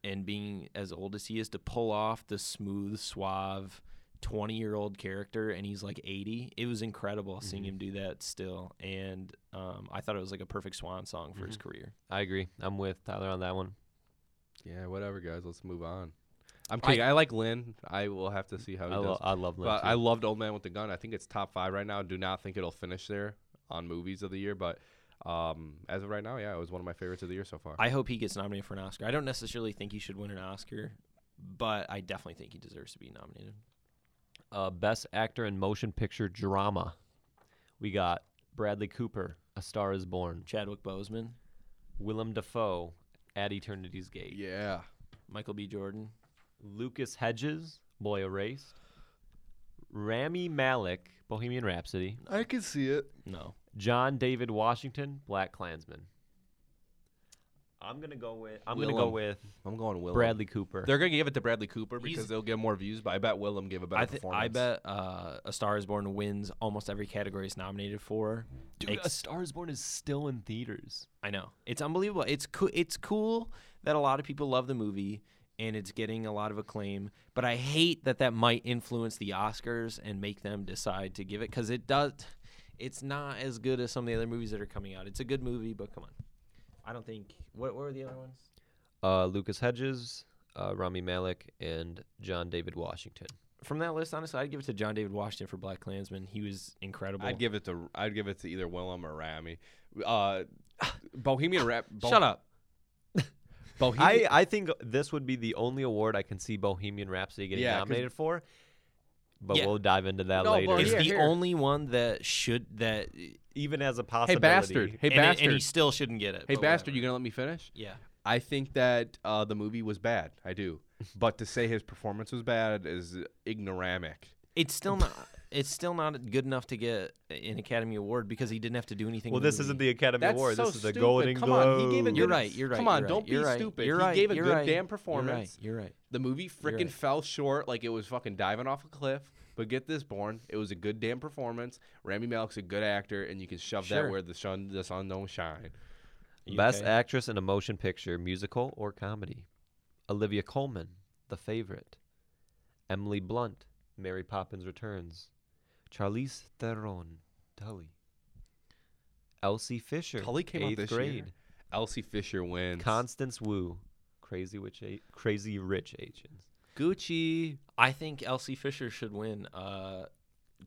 S2: and being as old as he is to pull off the smooth, suave 20 year old character and he's like 80. It was incredible seeing
S1: Mhm.
S2: him do that still. And um, I thought it was like a perfect swan song for his career.
S1: I agree. I'm with Tyler on that one.
S3: Yeah, whatever, guys. Let's move on. I'm
S2: I-
S3: kidding. I, like Lynn. I will have to see how
S1: I,
S3: he
S1: lo-
S3: does.
S1: I love Lynn.
S3: But
S1: too.
S3: I loved Old Man with the Gun. I think it's top five right now. Do not think it'll finish there on movies of the year, but um, as of right now, yeah, it was one of my favorites of the year so far.
S2: I hope he gets nominated for an Oscar. I don't necessarily think he should win an Oscar, but I definitely think he deserves to be nominated.
S1: uh, Best Actor in Motion Picture Drama. We got Bradley Cooper, A Star is Born.
S2: Chadwick Boseman,
S1: Willem Dafoe, At Eternity's Gate.
S3: yeah,
S2: Michael B. Jordan.
S1: Lucas Hedges, Boy Erased. Rami Malik, Bohemian Rhapsody.
S3: I can see it.
S2: No.
S1: John David Washington, Black Klansman. I'm gonna go with I'm gonna go
S3: Willem.
S1: with
S3: I'm going Willem.
S1: Bradley Cooper.
S3: They're gonna give it to Bradley Cooper
S2: He's-
S3: because they'll get more views, but I bet Willem gave a better
S2: I, th-
S3: performance.
S2: I bet uh, A Star Is Born wins almost every category it's nominated for.
S1: Dude, A
S2: Ex-
S1: Star Is Born is still in theaters.
S2: I know it's unbelievable. It's co- it's cool that a lot of people love the movie and it's getting a lot of acclaim. But I hate that that might influence the Oscars and make them decide to give it because it does. It's not as good as some of the other movies that are coming out. It's a good movie, but come on, I don't think. What, what were the other ones?
S1: Uh, Lucas Hedges, uh, Rami Malik, and John David Washington.
S2: From that list, honestly, I'd give it to John David Washington for Black Klansman. He was incredible.
S3: I'd give it to I'd give it to either Willem or Rami.
S2: <sighs>
S3: Uh, Bohemian Rap. Bo-
S2: Shut up.
S3: Bohemian.
S1: I, I think this would be the only award I can see Bohemian Rhapsody getting
S3: Yeah, 'cause-
S1: nominated for. But
S2: Yeah.
S1: we'll dive into that
S3: No,
S1: later.
S3: but
S2: It's
S3: Oh, here,
S2: the
S3: here.
S2: only one that should that.
S1: Even as a
S3: hey
S1: possibility.
S3: bastard. Hey
S2: and, it-
S3: bastard.
S2: and he still shouldn't get it.
S3: hey
S2: but
S3: bastard.
S2: whatever.
S3: You gonna let me finish?
S2: Yeah.
S3: I think that uh, the movie was bad. I do,
S2: <laughs>
S3: but to say his performance was bad is ignoramic.
S2: It's still not. It's still not good enough to get an Academy Award because he didn't have to do anything.
S1: Well,
S2: in the
S1: this isn't
S2: movie.
S1: the Academy
S3: That's
S1: Award.
S3: so
S1: this is the
S3: stupid.
S1: Golden
S3: Come
S1: Globe.
S3: on, he gave a
S2: You're
S3: good-
S2: right. You're right.
S3: Come on,
S2: you're
S3: don't
S2: right,
S3: be
S2: you're right,
S3: stupid.
S2: You're
S3: He
S2: right.
S3: gave a
S2: you're
S3: good
S2: right,
S3: damn performance.
S2: You're right.
S3: The movie
S2: You're
S3: freaking
S2: right.
S3: fell short, like it was fucking diving off a cliff. But get this, Born, it was a good damn performance. Rami Malek's a good actor, and you can shove
S2: Sure.
S3: that where the sun the sun don't shine.
S2: You
S1: Best
S2: okay?
S1: actress in a motion picture, musical or comedy. Olivia Colman, The Favorite. Emily Blunt, Mary Poppins Returns. Charlize Theron, Tully. Elsie Fisher,
S3: Tully came out
S1: eighth
S3: this year?
S1: grade.
S3: Elsie Fisher wins.
S1: Constance Wu, Crazy Witch, A- Crazy Rich Asians.
S3: Gucci.
S2: I think Elsie Fisher should win. Uh,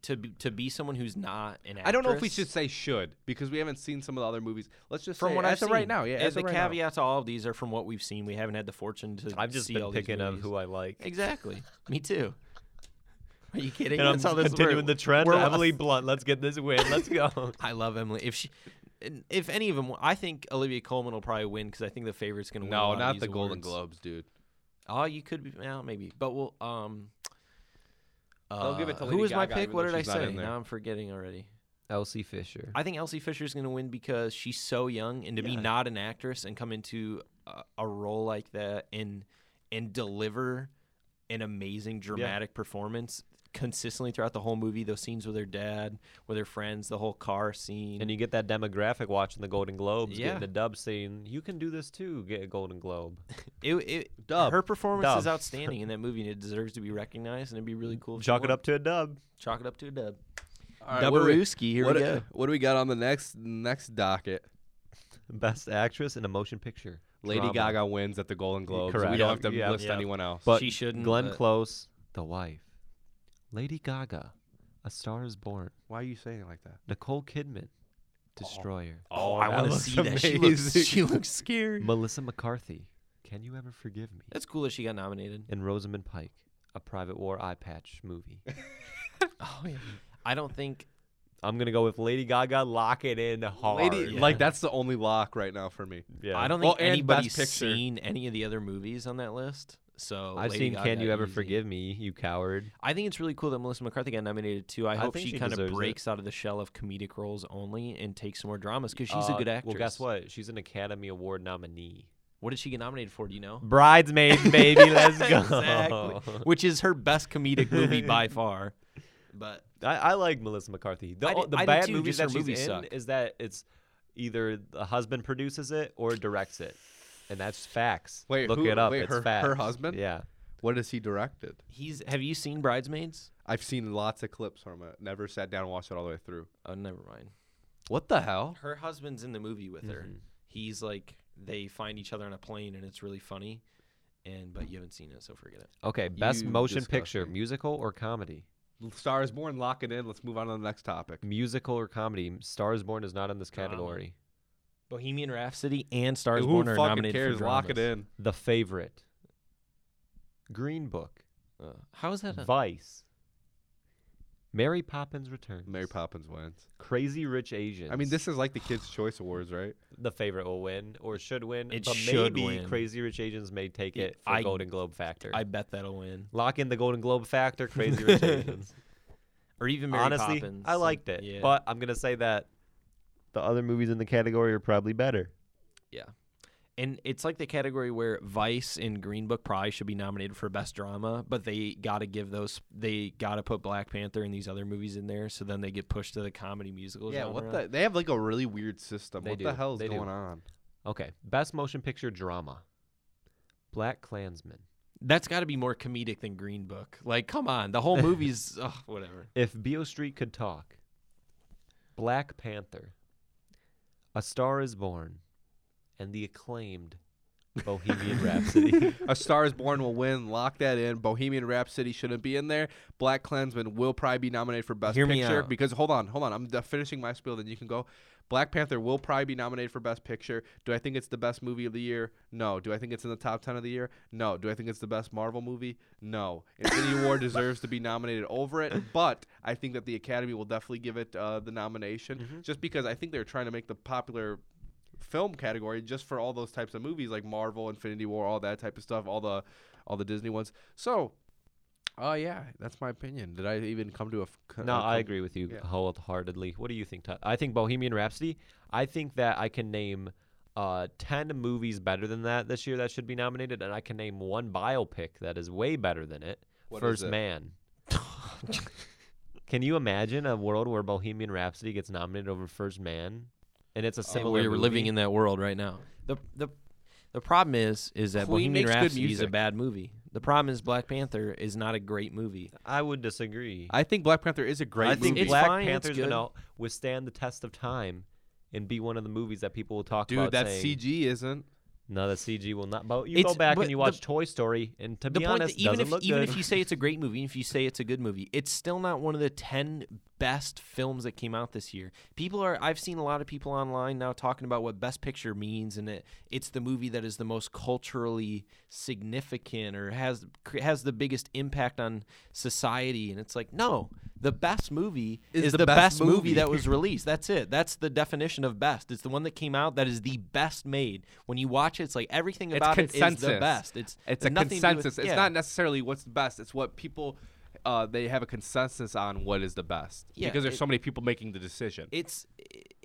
S2: to be, to be someone who's not an actress.
S3: I don't know if we should say should because we haven't seen some of the other movies. Let's just
S2: From
S3: say,
S2: what
S3: as
S2: I've
S3: of
S2: seen
S3: right now, yeah.
S2: and
S3: As
S2: the
S3: of right now.
S2: caveat to all of these are from what we've seen. We haven't had the fortune to.
S1: I've just
S2: see all
S1: been
S2: these
S1: picking up
S2: movies.
S1: who I like.
S2: Exactly. Me too. <laughs> Are you kidding?
S1: And I'm
S2: That's how this
S1: continuing
S2: works.
S1: the trend.
S2: We're- <laughs>
S1: Emily Blunt, let's get this win. Let's go.
S2: I love Emily. If she, and if any of them, I think Olivia Colman will probably win because I think the favorite's going to win. a lot
S3: No,
S2: of
S3: not
S2: these
S3: the Golden
S2: awards.
S3: Globes, dude.
S2: Oh, you could be. Well, maybe, but we'll. Um,
S3: They'll give it
S2: uh,
S3: to
S2: who
S3: Lady
S2: was my
S3: Gaga,
S2: pick?
S3: even
S2: What
S3: though
S2: did I
S3: she's not
S2: say?
S3: in there.
S2: Now I'm forgetting already.
S1: Elsie Fisher.
S2: I think Elsie Fisher's going to win because she's so young, and to be
S1: Yeah.
S2: not an actress and come into a, a role like that and and deliver an amazing dramatic performance consistently throughout the whole movie. Those scenes with her dad, with her friends, the whole car scene.
S1: And you get that demographic watching the Golden Globes,
S2: Yeah.
S1: getting the dub saying, "You can do this too, get a Golden Globe."
S2: It, it
S1: Dub.
S2: her performance is
S1: Dub.
S2: outstanding in that movie, and it deserves to be recognized. And it'd be really cool. if she
S1: Chalk it
S2: won.
S1: up to a dub.
S2: chalk it up to a dub.
S3: All right, what do we-
S2: Dabrowski, here
S3: what,
S2: we go.
S3: what do we got on the next next docket?
S1: Best actress in a motion picture.
S3: Lady
S1: Drama.
S3: Gaga wins at the Golden Globes. so
S1: Correct.
S3: We don't have to
S1: Yeah,
S3: list
S2: yeah.
S3: anyone else.
S1: But
S2: she shouldn't.
S1: Glenn
S2: but-
S1: Close, the wife. Lady Gaga, A Star is Born.
S3: why are you saying it like that?
S1: Nicole Kidman, Destroyer.
S2: Oh, I
S3: that
S2: want to
S3: looks
S2: see that. She looks,
S3: amazing.
S2: she looks scary.
S1: Melissa McCarthy, Can You Ever Forgive Me?
S2: That's cool that she got nominated.
S1: And Rosamund Pike, A Private War Eye Patch movie.
S2: <laughs> Oh yeah. I don't think
S1: <laughs> I'm gonna go with Lady Gaga. Lock it in hard.
S3: Lady,
S2: yeah.
S3: like that's the only lock right now for me.
S1: yeah.
S2: I don't
S3: Well,
S2: think
S3: and
S2: anybody's
S3: Best Picture.
S2: seen any of the other movies on that list. So
S1: I've
S2: Lady
S1: seen Can
S2: Gaga,
S1: You Ever
S2: easy.
S1: Forgive Me? You coward.
S2: I think it's really cool that Melissa McCarthy got nominated too. I,
S1: I
S2: hope
S1: think
S2: she,
S1: she
S2: kind
S1: deserves
S2: of
S1: it.
S2: breaks out of the shell of comedic roles only and takes some more dramas because she's a
S1: Uh,
S2: good actress.
S1: Well, guess what? She's an Academy Award nominee.
S2: What did she get nominated for? Do you know?
S1: Bridesmaids, <laughs> baby. Let's go.
S2: Exactly. Which is her best comedic movie <laughs> by far. But
S1: I, I like Melissa McCarthy. The,
S2: I did-
S1: the
S2: I did
S1: bad
S2: too,
S1: movies
S2: just her
S1: that she's
S2: movies
S1: in
S2: suck.
S1: is that it's either the husband produces it or directs it, and that's facts.
S3: Wait,
S1: look
S3: who-
S1: it up.
S3: wait,
S1: it's
S3: her- her
S1: facts.
S3: husband?
S1: Yeah.
S3: What has he directed?
S2: he's. Have you seen Bridesmaids?
S3: I've seen lots of clips from it. Never sat down and watched it all the way through.
S2: Oh, never mind. Mm-hmm.
S3: What the hell?
S2: Her husband's in the movie with her.
S1: Mm-hmm.
S2: He's like they find each other on a plane, and it's really funny. And but you haven't seen it, so forget it.
S1: Okay. Best
S3: You
S1: motion picture,
S3: disgusting.
S1: musical or comedy?
S3: Star is Born. Lock it in. Let's move on to the next topic.
S1: Musical or comedy? Stars Born is not in this
S2: Drama.
S1: category.
S2: Bohemian Rhapsody and Stars
S3: Who
S2: Born are
S3: fucking
S2: nominated
S3: cares?
S2: for
S3: Lock it
S2: dramas.
S3: in.
S1: The Favorite. Green Book.
S2: Uh, how <laughs> is that? A,
S1: Vice. Mary Poppins Returns.
S3: Mary Poppins wins.
S1: Crazy Rich Asians.
S3: I mean, this is like the Kids' Choice Awards, right?
S1: the favorite will win or should win.
S2: It
S1: but
S2: should
S1: maybe
S2: win.
S1: Crazy Rich Asians may take
S2: Y-
S1: it for
S2: I-
S1: Golden Globe factor.
S2: I bet that'll win.
S1: Lock in the Golden Globe factor.
S2: <laughs>
S1: Crazy Rich Asians.
S2: Or even Mary
S1: Honestly,
S2: Poppins.
S1: I liked it,
S2: Yeah.
S1: but I'm gonna say that the other movies in the category are probably better.
S2: and it's like the category where Vice and Green Book probably should be nominated for best drama, but they got to give those they got to put Black Panther and these other movies in there, so then they get pushed to the comedy musical.
S3: Yeah. What
S2: genre.
S3: the? They have like a really weird system.
S1: They
S3: what
S1: do.
S3: the hell is
S1: They do.
S3: going on?
S1: Okay, best motion picture drama. Black Klansman.
S2: That's got to be more comedic than Green Book. Like, come on, the <laughs> whole movie's ugh, whatever.
S1: If Beale Street could talk. Black Panther. A Star is Born, and the acclaimed Bohemian Rhapsody.
S3: A Star is Born will win. Lock that in. Bohemian Rhapsody shouldn't be in there. Black Klansman will probably be nominated for Best
S2: Hear me
S3: Picture
S2: out.
S3: because hold on, hold on. I'm d- finishing my spiel, then you can go. Black Panther will probably be nominated for Best Picture. Do I think it's the best movie of the year? No. Do I think it's in the top ten of the year? No. Do I think it's the best Marvel movie? No.
S2: <laughs>
S3: Infinity War deserves to be nominated over it, but I think that the Academy will definitely give it uh, the nomination
S2: Mm-hmm.
S3: just because I think they're trying to make the popular film category just for all those types of movies like Marvel, Infinity War, all that type of stuff, all the all the Disney ones. So, oh yeah, that's my opinion. Did I even come to a? f- c-
S1: No,
S3: a
S1: I
S3: com-
S1: agree with you
S3: yeah.
S1: wholeheartedly. What do you think? Todd? I think Bohemian Rhapsody. I think that I can name uh, ten movies better than that this year that should be nominated, and I can name one biopic that is way better than it.
S3: What is
S1: First
S3: it?
S1: Man. <laughs> can you imagine a world where Bohemian Rhapsody gets nominated over First Man, and it's a similar.
S2: We're Oh, living
S1: movie?
S2: in that world right now. The the the problem is is that
S3: Queen
S2: Bohemian
S3: makes good
S2: Rhapsody is a
S3: music.
S2: bad movie. The problem is Black Panther is not a great movie.
S1: I would disagree.
S3: I think Black Panther is a great
S1: I think
S3: movie.
S2: It's
S1: Black
S2: fine, it's
S1: Panther's
S2: good.
S1: gonna withstand the test of time. And be one of the movies that people will talk
S3: Dude,
S1: about.
S3: that
S1: saying,
S3: CG isn't.
S1: No, the CG will not. But you go
S2: It's-
S1: back
S2: but
S1: and you
S2: the-
S1: watch Toy Story, and to
S2: the
S1: be
S2: point
S1: honest,
S2: that even
S1: doesn't
S2: if
S1: look
S2: even
S1: good.
S2: if you say it's a great movie, and if you say it's a good movie, it's still not one of the ten best films that came out this year. People are I've seen a lot of people online now talking about what Best Picture means, and it it's the movie that is the most culturally significant or has cr- has the biggest impact on society. And it's like no, the best movie is, the, best, movie. that was released. That's it. That's the definition of best. It's the one that came out that is the best made. When you watch it, it's like everything
S3: It's
S2: about it is the
S3: consensus.
S2: best. It's
S3: It's a
S2: nothing to do with-
S3: consensus. it's
S2: yeah.
S3: not necessarily what's the best. It's what people. Uh, they have a consensus on what is the best
S2: Yeah,
S3: because there's
S2: it-
S3: so many people making the decision.
S2: it's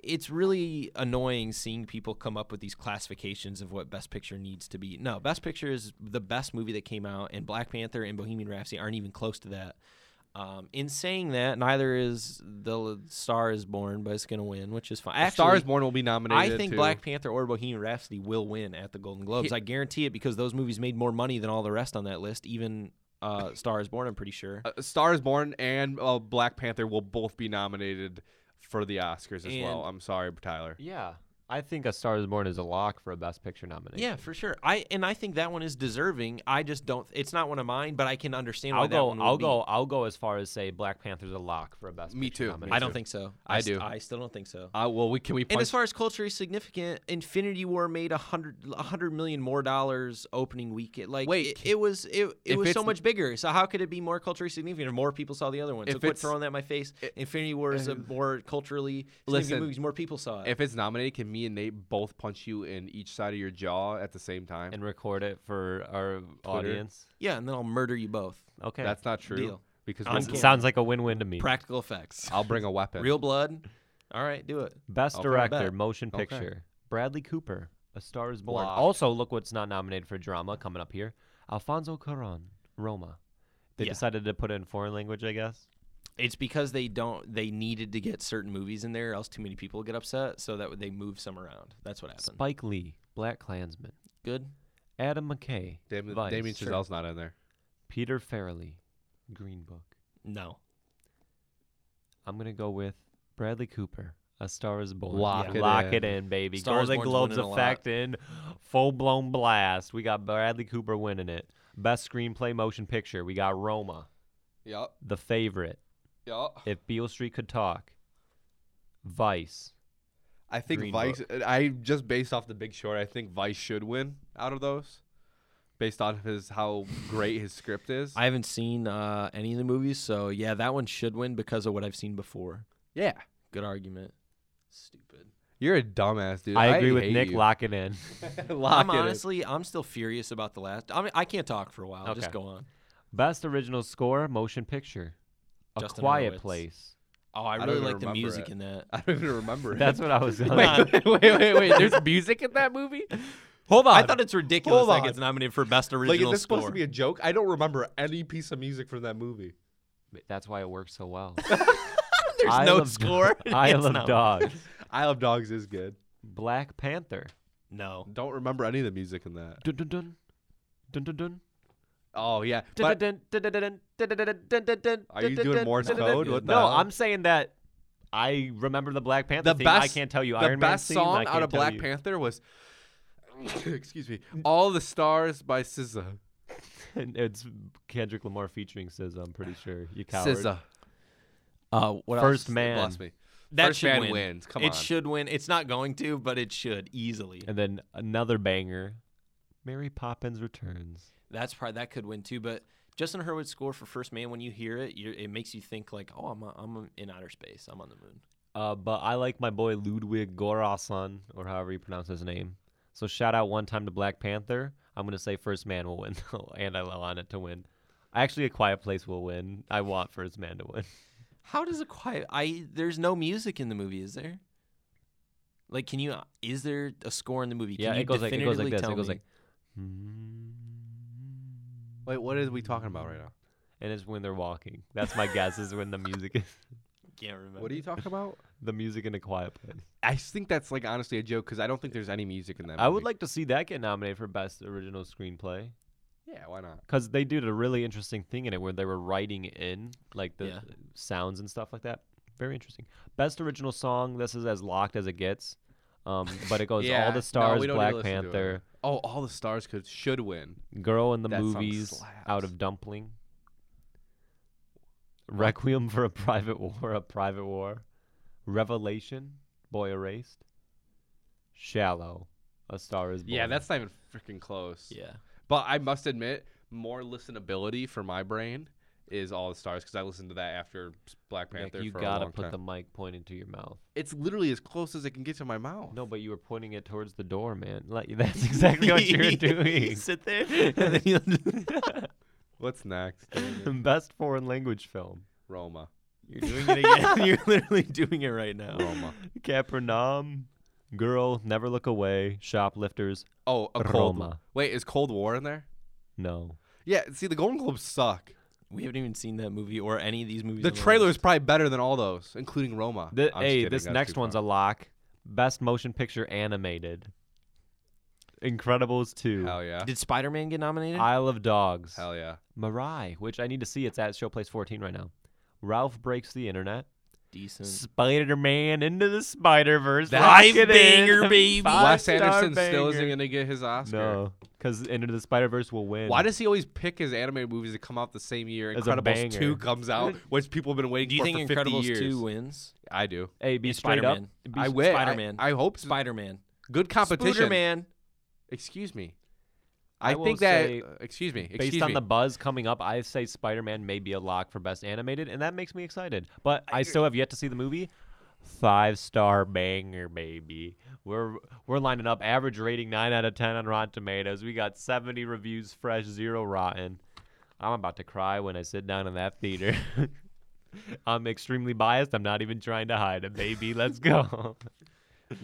S2: it's really annoying seeing people come up with these classifications of what best picture needs to be no best picture is the best movie that came out and black panther and bohemian rhapsody aren't even close to that um, in saying that neither is the star is born but it's going to win which is fine
S3: A
S2: actually
S3: Star is Born will be nominated.
S2: I think
S3: too.
S2: Black Panther or Bohemian Rhapsody will win at the Golden Globes. I guarantee it because those movies made more money than all the rest on that list, even uh, Star is Born. I'm pretty sure.
S3: uh, Star is Born and uh, Black Panther will both be nominated for the Oscars as well.
S2: And-
S3: I'm sorry, Tyler.
S1: <laughs> Yeah. I think A Star is Born is a lock for a Best Picture nomination.
S2: Yeah, for sure. I and I think that one is deserving. I just don't. It's not one of mine, but I can understand. Why
S1: I'll
S2: that
S1: go.
S2: one would
S1: I'll
S2: be.
S1: go. I'll go as far as say Black Panther's a lock for a best.
S3: Me
S1: Picture
S3: too.
S1: nomination.
S2: I don't think so.
S3: I
S2: s-
S3: do.
S2: I still don't think so.
S3: Uh, well, we can we
S2: And
S3: punch
S2: as far as culturally significant, Infinity War made a hundred a hundred million more dollars opening week. It, like
S3: Wait,
S2: it, it was it, it
S3: if
S2: was so
S3: it's-
S2: much bigger. So how could it be more culturally significant if more people saw the other one? So
S3: If
S2: quit
S3: it's-
S2: throwing that in my face. Infinity War
S3: <laughs>
S2: is a more culturally
S3: Listen,
S2: significant movies. More people saw it.
S3: if it's nominated, can me and Nate both punch you in each side of your jaw at the same time?
S1: And record it for our audience.
S2: yeah, and then I'll murder you both.
S1: Okay.
S3: That's not true
S2: Deal.
S3: because
S2: On
S3: we'll-
S1: Sounds-
S2: camera.
S1: sounds like a win-win to me.
S2: Practical effects,
S3: I'll bring a weapon.
S2: real blood. All right, do it.
S1: Best
S3: I'll put it
S1: Director,
S2: back.
S1: motion
S3: Okay.
S1: picture. Bradley Cooper, A Star is Born.
S3: Lock.
S1: Also, look what's not nominated for drama coming up here. Alfonso Cuarón, Roma. They
S2: Yeah.
S1: decided to put it in foreign language, I guess.
S2: It's because they don't. They needed to get certain movies in there, else too many people get upset. So that they move some around. That's what happened.
S1: Spike Lee, Black Klansman.
S2: Good.
S1: Adam McKay,
S3: Damien,
S1: Vice.
S3: Damien
S1: Sure.
S3: Chazelle's not in there.
S1: Peter Farrelly, Green Book.
S2: No.
S1: I'm gonna go with Bradley Cooper. A Star is Born.
S3: Lock
S2: Yeah.
S3: it
S1: Lock
S3: in.
S1: it in, baby.
S2: Star is
S1: Golden
S2: Born's
S1: Globes
S2: winning a lot.
S1: effect in full blown blast. We got Bradley Cooper winning it. Best screenplay motion picture. We got Roma,
S3: Yup.
S1: The Favorite,
S3: Yup.
S1: If Beale Street Could Talk, Vice.
S3: I think
S1: Green
S3: Vice. I just based off the Big Short, I think Vice should win out of those, based on his how great his script is.
S2: I haven't seen uh, any of the movies, so yeah, that one should win because of what I've seen before.
S3: yeah,
S2: Good argument. Stupid.
S3: you're a dumbass, dude.
S1: I agree with
S3: hate
S1: Nick.
S3: you.
S1: Lock it in.
S3: <laughs> Lock
S2: I'm
S3: it in.
S2: honestly, I'm still furious about the last. I mean, I can't talk for a while. Just
S1: Okay.
S2: go on.
S1: Best original score motion picture, A
S2: Justin
S1: Quiet
S2: Hurwitz.
S1: Place.
S2: Oh, I
S3: don't
S2: really
S3: even
S2: like the
S3: remember
S2: music
S3: it.
S2: in that.
S3: <laughs> I don't even remember. it.
S1: That's what
S2: <laughs>
S1: I was.
S2: Come
S1: Wait,
S2: on.
S3: <laughs> wait, wait, wait, wait. There's music in that movie.
S2: Hold on. I thought it's ridiculous
S3: Hold
S2: that
S3: on.
S2: gets nominated for best
S3: Like, is
S2: original
S3: this
S2: score.
S3: supposed to be a joke? I don't remember any piece of music from that movie.
S1: That's why it works so
S3: <laughs>
S1: well.
S2: <laughs> There's
S1: Isle
S2: no
S1: of- <laughs>
S2: score. <laughs> It
S1: Isle
S2: gets
S1: of
S2: nom-
S3: <laughs>
S1: Dogs,
S3: I Love Dogs is good.
S1: Black Panther.
S2: No.
S3: Don't remember any of the music in that.
S1: Dun dun dun. Dun dun dun. <laughs>
S3: Oh yeah,
S1: Dun,
S3: but
S1: dun, dun, dun, dun, dun, dun, dun, dun, dun, dun,
S3: Are you
S1: dun,
S3: doing
S1: dun,
S3: Morse
S1: dun, dun, dun.
S3: code? What the
S1: No,
S3: hell?
S1: I'm saying that I remember the Black Panther
S3: The
S1: theme. I
S3: best-
S1: can't tell you
S3: the
S1: Iron Man
S3: best
S1: theme, I
S3: song
S1: can't
S3: out of
S1: tell
S3: Black
S1: you.
S3: Panther was, <coughs> excuse me, "All the Stars" by SZA.
S1: <laughs> And it's Kendrick Lamar featuring SZA. I'm pretty sure you coward.
S3: SZA.
S2: Uh, what
S1: First
S2: else?
S1: man.
S3: Bless me.
S2: That
S3: First
S2: should
S3: man
S2: win.
S3: wins. Come
S2: it
S3: on.
S2: should win. It's not going to, but it should easily.
S1: And then another banger, Mary Poppins Returns.
S2: That's probably that could win too. But Justin Hurwitz's score for First Man, when you hear it, you're, it makes you think like, oh, I'm I'm in outer space. I'm on the moon.
S1: Uh, but I like my boy Ludwig Gorason, or however you pronounce his name. So shout out one time to Black Panther. I'm gonna say First Man will win, <laughs> though, and I want it to win. Actually, A Quiet Place will win. I want First Man to win. <laughs>
S2: How does a quiet? I there's no music in the movie, is there? Like, can you? Is there a score in the movie? Can
S1: yeah,
S2: you
S1: it goes like it goes like
S2: definitively
S1: this.
S2: tell
S1: It goes
S2: me?
S1: like.
S3: Wait, what are we talking about right now?
S1: and it's when they're walking. That's my guess is when the music is <laughs>
S2: Can't remember.
S3: What are you talking about?
S1: the music in a quiet place.
S3: <laughs> I think that's like honestly a joke because I don't think there's any music in that.
S1: I would
S3: movie.
S1: like to see that get nominated for best original screenplay
S3: Yeah, why not?
S1: cuz they did a really interesting thing in it where they were writing in like the
S2: Yeah.
S1: sounds and stuff like that. Very interesting. Best original song, this is as locked as it gets. Um, but
S3: <laughs>
S1: it goes
S3: Yeah,
S1: all
S3: no,
S1: the stars,
S3: we don't need to
S1: Black
S3: listen to it.
S1: Panther,
S3: Oh, all the stars could should win.
S1: Girl in the
S3: That song
S1: Movies, Out
S3: slaps.
S1: of Dumpling, Requiem for a Private War, A Private War, Revelation, Boy Erased, Shallow, A Star Is Born.
S3: Yeah, that's not even freaking close.
S2: <laughs> Yeah.
S3: But I must admit, more listenability for my brain is all the stars because I listened to that after Black
S1: Nick,
S3: Panther.
S1: you
S3: for a
S1: gotta
S3: long
S1: put
S3: time.
S1: the mic pointing to your mouth.
S3: It's literally as close as it can get to my mouth.
S1: No, but you were pointing it towards the door, man. Like <laughs> that's <laughs> exactly what
S2: <laughs>
S1: you <laughs> were doing.
S2: Sit
S1: <laughs>
S2: there. And then you-
S3: What's next?
S1: Best foreign language film. <laughs>
S3: Roma.
S2: you're doing it again. <laughs> You're literally doing it right now.
S3: Roma.
S1: Capernaum, Girl, Never Look Away, Shoplifters.
S3: Oh, a Cold
S1: Roma.
S3: Wait, is Cold War in there?
S1: No.
S3: Yeah. See, the Golden Globes suck.
S2: We haven't even seen that movie or any of these movies.
S3: The
S2: on
S3: trailer
S2: list.
S3: is probably better than all those, including Roma.
S1: The, hey, this next one's a lock. Best motion picture animated. Incredibles 2. <laughs>
S3: Hell yeah.
S2: Did Spider Man get nominated?
S1: Isle of Dogs.
S3: Hell yeah.
S1: Mirai, which I need to see. It's at Showplace 14 right now. Ralph Breaks the Internet.
S2: Decent.
S1: Spider Man into the Spider Verse. <laughs>
S2: Live banger, baby.
S3: Wes Anderson still isn't going to get his Oscar.
S1: No, because Into the Spider Verse will win.
S3: Why does he always pick his animated movies that come out the same year
S1: As a
S3: Incredibles 2
S1: banger.
S2: <laughs>
S3: comes out, which people have been waiting
S2: Do you
S3: for
S2: think
S3: for 50
S2: Incredibles
S3: years.
S2: two wins?
S3: I do.
S1: Hey, be
S2: It's
S1: straight
S2: Spider-Man.
S1: up. Be
S3: I
S1: s-
S3: wish.
S2: Spider-Man.
S3: I, I hope so.
S2: Spider Man.
S3: Good competition.
S2: Spider Man.
S3: Excuse me. I,
S1: I will
S3: think that.
S1: say,
S3: excuse me.
S1: Based
S3: Excuse
S1: on
S3: me.
S1: the buzz coming up, I say Spider Man may be a lock for best animated, and that makes me excited. But I still have yet to see the movie. Five star banger, baby. We're we're lining up average rating nine out of ten on Rotten Tomatoes. We got seventy reviews fresh, zero rotten. I'm about to cry when I sit down in that theater. <laughs> I'm extremely biased. I'm not even trying to hide it, baby. Let's go. <laughs>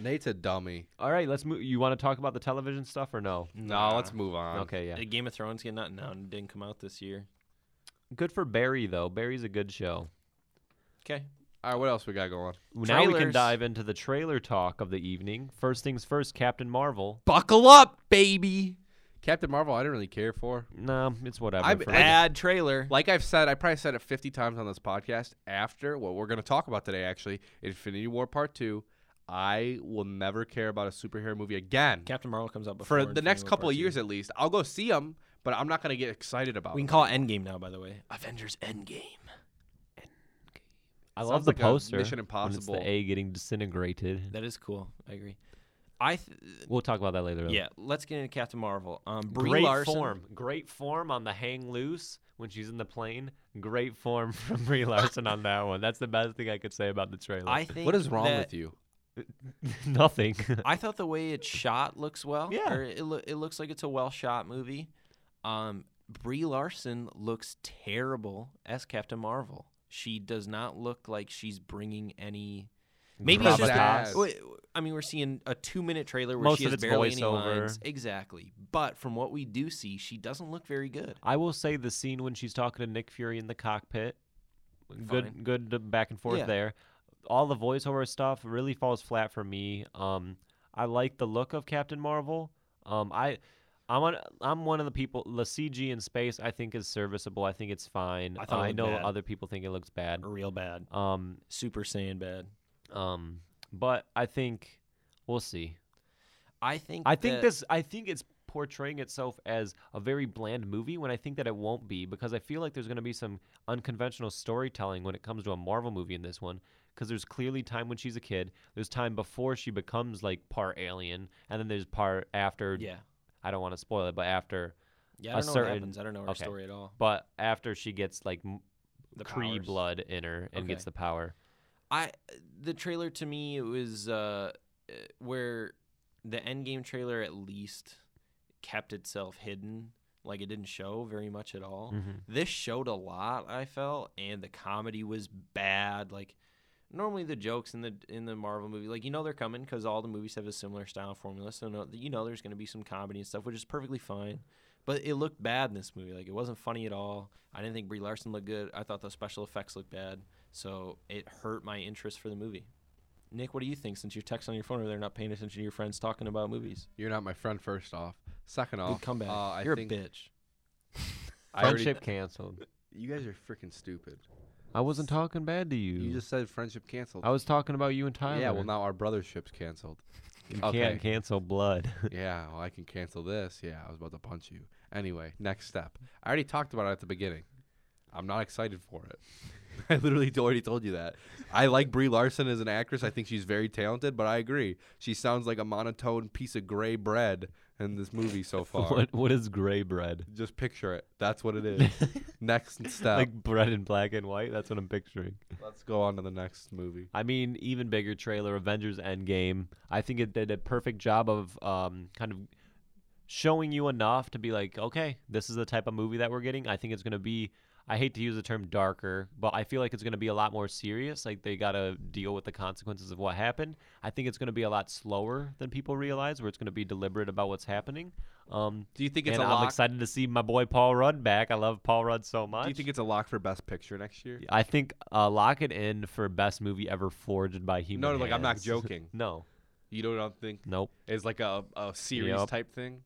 S3: Nate's a dummy.
S1: All right, let's move. You want to talk about the television stuff or no?
S3: No, let's move on.
S1: Okay, yeah.
S2: Did Game of Thrones get not? No, it didn't come out this year.
S1: Good for Barry though. Barry's a good show.
S2: Okay.
S3: All right, what else we got going?
S1: Now we can
S2: Trailers.
S1: dive into the trailer talk of the evening. First things first, Captain Marvel.
S2: Buckle up, baby.
S3: Captain Marvel, I didn't really care for.
S1: Nah, it's whatever.
S3: I'm-
S1: for me.
S2: Bad trailer.
S3: Like I've said, I probably said it 50 times on this podcast. After what we're going to talk about today, actually, Infinity War Part 2, I will never care about a superhero movie again.
S2: Captain Marvel comes out before
S3: for the
S2: Infinity
S3: next
S2: War
S3: couple
S2: Part
S3: of
S2: Two.
S3: years at least. I'll go see them, but I'm not going to get excited about
S2: We can
S3: them.
S2: call it Endgame now, by the way. Avengers Endgame.
S1: I
S3: Sounds
S1: love the
S3: like a
S1: poster.
S3: Mission
S1: when it's
S3: Impossible.
S1: the A getting disintegrated.
S2: That is cool. I agree. I th-
S1: We'll talk about that later. though.
S2: yeah. Let's get into Captain Marvel. Um, Brie
S1: Great
S2: Larson.
S1: form. Great form on the hang loose when she's in the plane. Great form <laughs> from Brie Larson on that one. That's the best thing I could say about the trailer.
S2: I think.
S3: What is wrong
S2: that-
S3: with you?
S1: <laughs> Nothing.
S2: I thought the way it's shot looks well.
S1: Yeah.
S2: Or it, loo- it looks like it's a well shot movie. Um, Brie Larson looks terrible as Captain Marvel. She does not look like she's bringing any. Maybe it's just.
S3: Gravitas.
S2: Wait, I mean, we're seeing a two minute trailer where
S1: Most
S2: she
S1: of
S2: has
S1: it's
S2: barely any
S1: voiceover.
S2: lines. Exactly. But from what we do see, she doesn't look very good.
S1: I will say the scene when she's talking to Nick Fury in the cockpit.
S2: Fine.
S1: Good, good uh, back and forth
S2: Yeah.
S1: there. All the voiceover stuff really falls flat for me. Um, I like the look of Captain Marvel. Um, I, I'm on, I'm one of the people. The CG in space, I think, is serviceable. I think it's fine.
S2: I thought it
S1: I
S2: looked
S1: know
S2: bad.
S1: other people think it looks bad.
S2: Real bad.
S1: Um,
S2: Super Saiyan bad.
S1: um, but I think we'll see.
S2: I think.
S1: I think
S2: that-
S1: this. I think it's portraying itself as a very bland movie when I think that it won't be because I feel like there's going to be some unconventional storytelling when it comes to a Marvel movie in this one because there's clearly time when she's a kid, there's time before she becomes like part alien, and then there's part after.
S2: Yeah.
S1: I don't want to spoil it, but after,
S2: Yeah. I
S1: a
S2: don't know
S1: certain-
S2: what happens. I don't know her
S1: okay.
S2: story at all.
S1: but after she gets like m-
S2: The
S1: Kree
S2: powers.
S1: blood in her and gets
S2: Okay.
S1: the power.
S2: I the trailer to me it was uh, uh, where the Endgame trailer at least kept itself hidden, like it didn't show very much at all.
S1: Mm-hmm.
S2: This showed a lot, I felt, and the comedy was bad. Like normally the jokes in the in the Marvel movie, like you know they're coming because all the movies have a similar style formula, so no, you know there's going to be some comedy and stuff, which is perfectly fine. But it looked bad in this movie. Like it wasn't funny at all. I didn't think Brie Larson looked good. I thought the special effects looked bad, so it hurt my interest for the movie. Nick, what do you think? Since you're texting on your phone over there, not paying attention to your friends talking about movies,
S3: You're not my friend, first off. Second
S2: good
S3: off,
S2: comeback.
S3: Uh, I
S2: you're
S3: think
S2: a bitch. <laughs>
S3: I already-
S1: Friendship canceled.
S3: you guys are freaking stupid.
S1: I wasn't talking bad to you.
S3: You just said friendship canceled.
S1: I was talking about you and Tyler.
S3: yeah, well, now our brothership's canceled.
S1: you
S3: okay.
S1: can't cancel blood.
S3: yeah, well, I can cancel this. Yeah, I was about to punch you. Anyway, next step. I already talked about it at the beginning. I'm not excited for it. <laughs> I literally already told you that. I like Brie Larson as an actress. I think she's very talented, but I agree. She sounds like a monotone piece of gray bread in this
S1: <laughs>
S3: movie so far.
S1: what what is gray bread?
S3: Just picture it. That's what
S1: <laughs>
S3: it is. next step.
S1: like bread in black and white. That's what I'm picturing.
S3: Let's go on to the next movie.
S1: I mean, even bigger trailer, Avengers Endgame. I think it did a perfect job of um, kind of showing you enough to be like, okay, this is the type of movie that we're getting. I think it's going to be, I hate to use the term darker, but I feel like it's going to be a lot more serious. Like they got to deal with the consequences of what happened. I think it's going to be a lot slower than people realize, where it's going to be deliberate about what's happening. Um,
S3: Do you think it's
S1: and
S3: a
S1: I'm
S3: lock?
S1: excited to see my boy Paul Rudd back. I love Paul Rudd so much.
S3: Do you think it's a lock for best picture next year?
S1: I think uh, lock it in for best movie ever forged by human. <laughs>
S3: No, no, like I'm not
S1: hands.
S3: joking.
S1: no,
S3: You don't, don't think
S1: Nope.
S3: it's like a, a series
S1: Yep.
S3: type thing?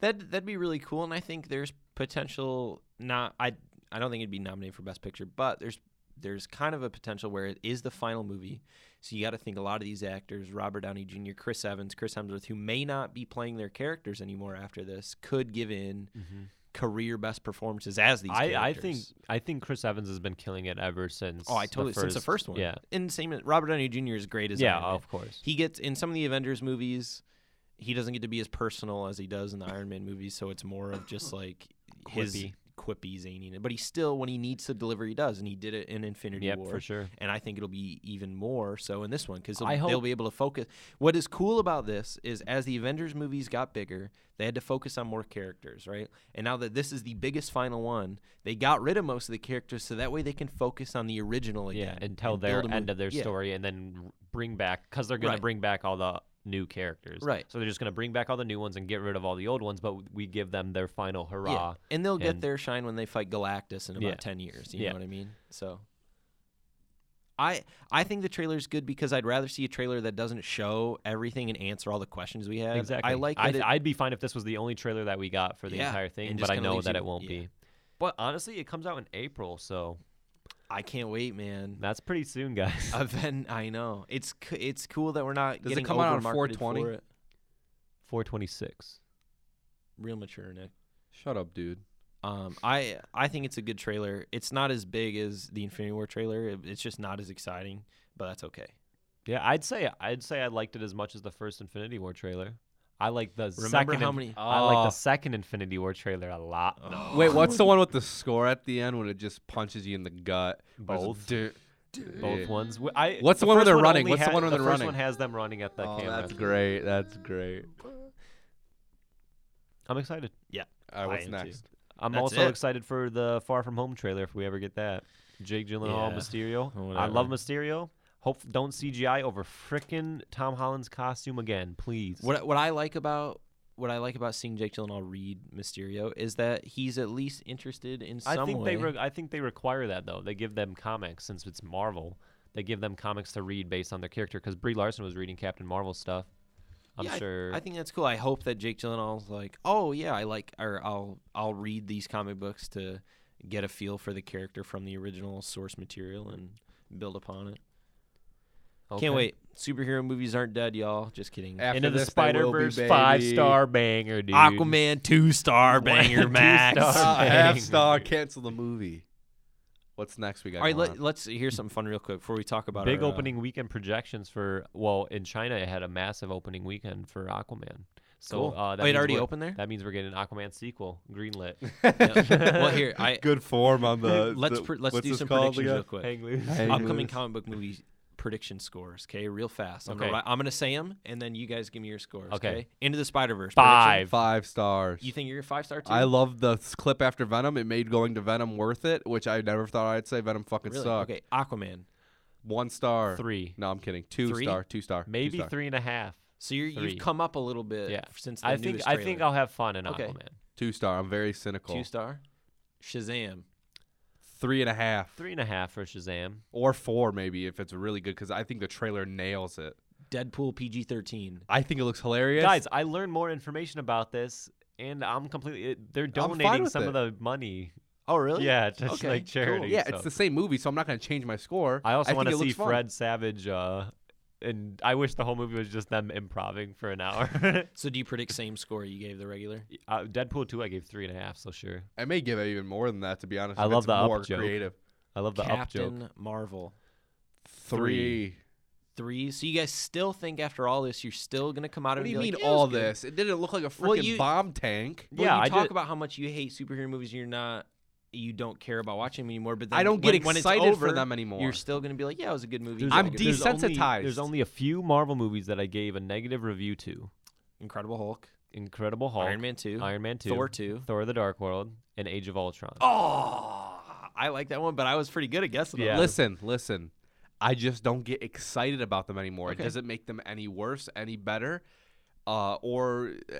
S2: That that'd be really cool, and I think there's potential. Not I I don't think it'd be nominated for best picture, but there's there's kind of a potential where it is the final movie, so you got to think a lot of these actors, Robert Downey Jr., Chris Evans, Chris Hemsworth, who may not be playing their characters anymore after this, could give in career best performances as these.
S1: I, I
S2: characters.
S1: think I think Chris Evans has been killing it ever since.
S2: Oh, I totally
S1: the first,
S2: since the first one.
S1: Yeah,
S2: and same. as- Robert Downey Jr. is great as
S1: yeah,
S2: Iron Man.
S1: of course.
S2: He gets in some of the Avengers movies, he doesn't get to be as personal as he does in the Iron Man movies, so it's more of just like his
S1: Quippy.
S2: quippy zany. But he still, when he needs to deliver, he does, and he did it in Infinity
S1: Yep,
S2: War.
S1: for sure.
S2: And I think it'll be even more so in this one because
S1: I
S2: they'll
S1: hope-
S2: be able to focus. What is cool about this is as the Avengers movies got bigger, they had to focus on more characters, right? And now that this is the biggest final one, they got rid of most of the characters so that way they can focus on the original
S1: Yeah,
S2: again.
S1: and tell
S2: and
S1: their
S2: build a
S1: end
S2: movie.
S1: of their
S2: Yeah.
S1: story, and then r- bring back because they're gonna
S2: Right.
S1: bring back all the new characters.
S2: Right.
S1: So they're just gonna bring back all the new ones and get rid of all the old ones, but we give them their final hurrah.
S2: Yeah, and they'll get
S1: and-
S2: their shine when they fight Galactus in about
S1: Yeah.
S2: ten years. You
S1: Yeah.
S2: know what I mean? So, I I think the trailer's good because I'd rather see a trailer that doesn't show everything and answer all the questions we have.
S1: Exactly.
S2: I like
S1: I,
S2: that. it-
S1: I'd be fine if this was the only trailer that we got for the
S2: Yeah,
S1: entire
S2: and
S1: thing,
S2: just
S1: but I
S2: kinda
S1: know
S2: leaves
S1: that
S2: you-
S1: it won't
S2: yeah.
S1: be. But honestly, it comes out in April, so
S2: I can't wait, man. <laughs>
S1: that's pretty soon, guys. <laughs>
S2: Event. I know it's c- it's cool that we're not.
S3: Does it
S2: getting
S3: come out on
S2: over-marketed
S3: 420?
S2: for it.
S1: 426.
S2: Real mature, Nick.
S3: Shut up, dude.
S2: Um, I I think it's a good trailer. It's not as big as the Infinity War trailer. It- It's just not as exciting, but that's okay.
S1: Yeah, I'd say I'd say I liked it as much as the first Infinity War trailer. I like the
S2: Remember
S1: second.
S2: how
S1: Inf-
S2: many? Oh.
S1: I like
S3: Oh.
S1: the second Infinity War trailer a lot.
S3: Wait,
S1: <laughs>
S3: what's the one with the score at the end when it just punches you in the gut? Where it's
S1: Both.
S3: duh,
S1: Both
S3: yeah.
S1: ones. Wh- I,
S3: What's the one where
S1: first
S3: they're running?
S1: only
S3: What's the
S1: ha-
S3: one where they're
S1: first
S3: running?
S1: one has them running at the
S3: Oh,
S1: camera.
S3: that's great. That's great.
S1: I'm excited.
S3: All right,
S2: I
S3: what's
S2: am too.
S3: next?
S1: I'm
S2: That's
S1: also
S2: it.
S1: excited for the Far From Home trailer if we ever get that. Jake Gyllenhaal,
S2: Yeah, Oh,
S1: Mysterio. I love
S2: whatever.
S1: Mysterio. Hope don't CGI over frickin' Tom Holland's costume again, please.
S2: What what I like about what I like about seeing Jake Gyllenhaal read Mysterio is that he's at least interested in some
S1: I think they
S2: way.
S1: re- I think they require that though. They give them comics since it's Marvel. They give them comics to read based on their character because Brie Larson was reading Captain Marvel stuff. I'm
S2: Yeah, I-
S1: sure.
S2: I think that's cool. I hope that Jake Gyllenhaal's like, oh yeah, I like, or I'll I'll read these comic books to get a feel for the character from the original source material and build upon it. Can't
S1: Okay.
S2: wait. Superhero movies aren't dead, y'all. Just kidding.
S3: After
S1: Into the
S3: this, they will be,
S1: Spider Verse
S3: baby.
S1: five star banger, dude.
S2: Aquaman <laughs> two star banger
S1: Two
S2: max.
S1: star.
S3: <laughs> <laughs> Ah, half
S1: Bang.
S3: star. Cancel the movie. What's next? We got.
S2: All right,
S3: going
S2: let,
S3: on?
S2: let's hear something fun real quick before we talk about
S1: Big
S2: our, uh,
S1: opening weekend projections for well in China it had a massive opening weekend for Aquaman. So
S2: Cool.
S1: uh, that
S2: oh, it
S1: means
S2: already
S1: we're-
S2: opened there.
S1: That means we're getting an Aquaman sequel greenlit.
S3: <laughs>
S2: Yeah. <laughs> well, here I
S3: Good form on the.
S2: let's
S3: Uh, the-
S2: pr- let's
S3: what's
S2: do
S3: this
S2: some
S3: called
S2: predictions
S3: again?
S2: real quick.
S1: Hang loose.
S3: Hang
S2: Upcoming
S3: loose.
S2: comic book movie prediction scores. Okay, real fast. I'm
S1: Okay.
S2: gonna ri- I'm gonna say them, and then you guys give me your scores. Okay.
S1: Okay.
S2: Into the Spider Verse.
S1: Five.
S3: Five stars.
S2: You think you're a five star too?
S3: I love the s- clip after Venom. It made going to Venom worth it, which I never thought I'd say. Venom fucking
S2: really?
S3: sucked.
S2: Okay. Aquaman.
S3: One star.
S1: Three.
S3: No, I'm kidding. Two
S2: Three?
S3: star. Two star. two
S1: Maybe
S3: star,
S1: three and a half.
S2: So you're,
S1: Three.
S2: you've come up a little bit
S1: Yeah.
S2: Uh, since the
S1: I think
S2: newest
S1: I think
S2: trailer.
S1: I'll have fun in
S2: Okay.
S1: Aquaman.
S3: Two star. I'm very cynical.
S2: two star. Shazam.
S3: Three and a half.
S1: Three and a half for Shazam.
S3: Or four, maybe, if it's really good, because I think the trailer nails it.
S2: Deadpool PG thirteen.
S3: I think it looks hilarious.
S1: Guys, I learned more information about this, and I'm completely. It, they're
S3: fine
S1: donating
S3: with
S1: some of
S3: it.
S1: the money.
S2: Oh really? <laughs>
S1: Yeah, to
S2: Okay,
S1: like
S2: cool.
S1: charity.
S3: yeah,
S1: so.
S3: it's the same movie, so I'm not going to change my score.
S1: I also
S3: think
S1: want
S3: it
S1: to see
S3: looks fun.
S1: Fred Savage. Uh, and I wish the whole movie was just them improving for an hour. <laughs>
S2: So do you predict same score you gave the regular?
S1: uh, Deadpool two, I gave three and a half. So sure,
S3: I may give it even more than that, to be honest.
S1: I
S3: if
S1: love
S3: it's
S1: the up
S3: more
S1: joke.
S3: creative.
S1: I love the up joke.
S2: Captain Marvel.
S3: Three.
S2: Three. So you guys still think after all this you're still gonna come out
S3: What
S2: of
S3: do
S2: it
S3: you
S2: and be
S3: mean
S2: like, "Yeah, it was
S3: all
S2: good."
S3: this? It didn't look like a freaking
S2: Well, you-
S3: bomb tank.
S2: Well,
S1: yeah,
S2: you
S1: I
S2: talk
S1: did-
S2: about how much you hate superhero movies. You're not, you don't care about watching them anymore. But then
S3: I don't get
S2: when,
S3: excited
S2: when it's over,
S3: for them anymore.
S2: You're still gonna be like, yeah, it was a good movie.
S1: There's
S3: I'm
S1: o-
S2: Good-
S1: there's only-
S3: desensitized.
S1: There's only a few Marvel movies that I gave a negative review to:
S2: Incredible Hulk,
S1: Incredible Hulk,
S2: Iron Man two,
S1: Iron Man two,
S2: Thor two.
S1: Thor: The Dark World, and Age of Ultron.
S2: Oh, I like that one, but I was pretty good at guessing.
S1: Yeah.
S2: Yeah.
S3: Listen, listen. I just don't get excited about them anymore.
S2: Okay.
S3: It doesn't make them any worse, any better. uh, or uh,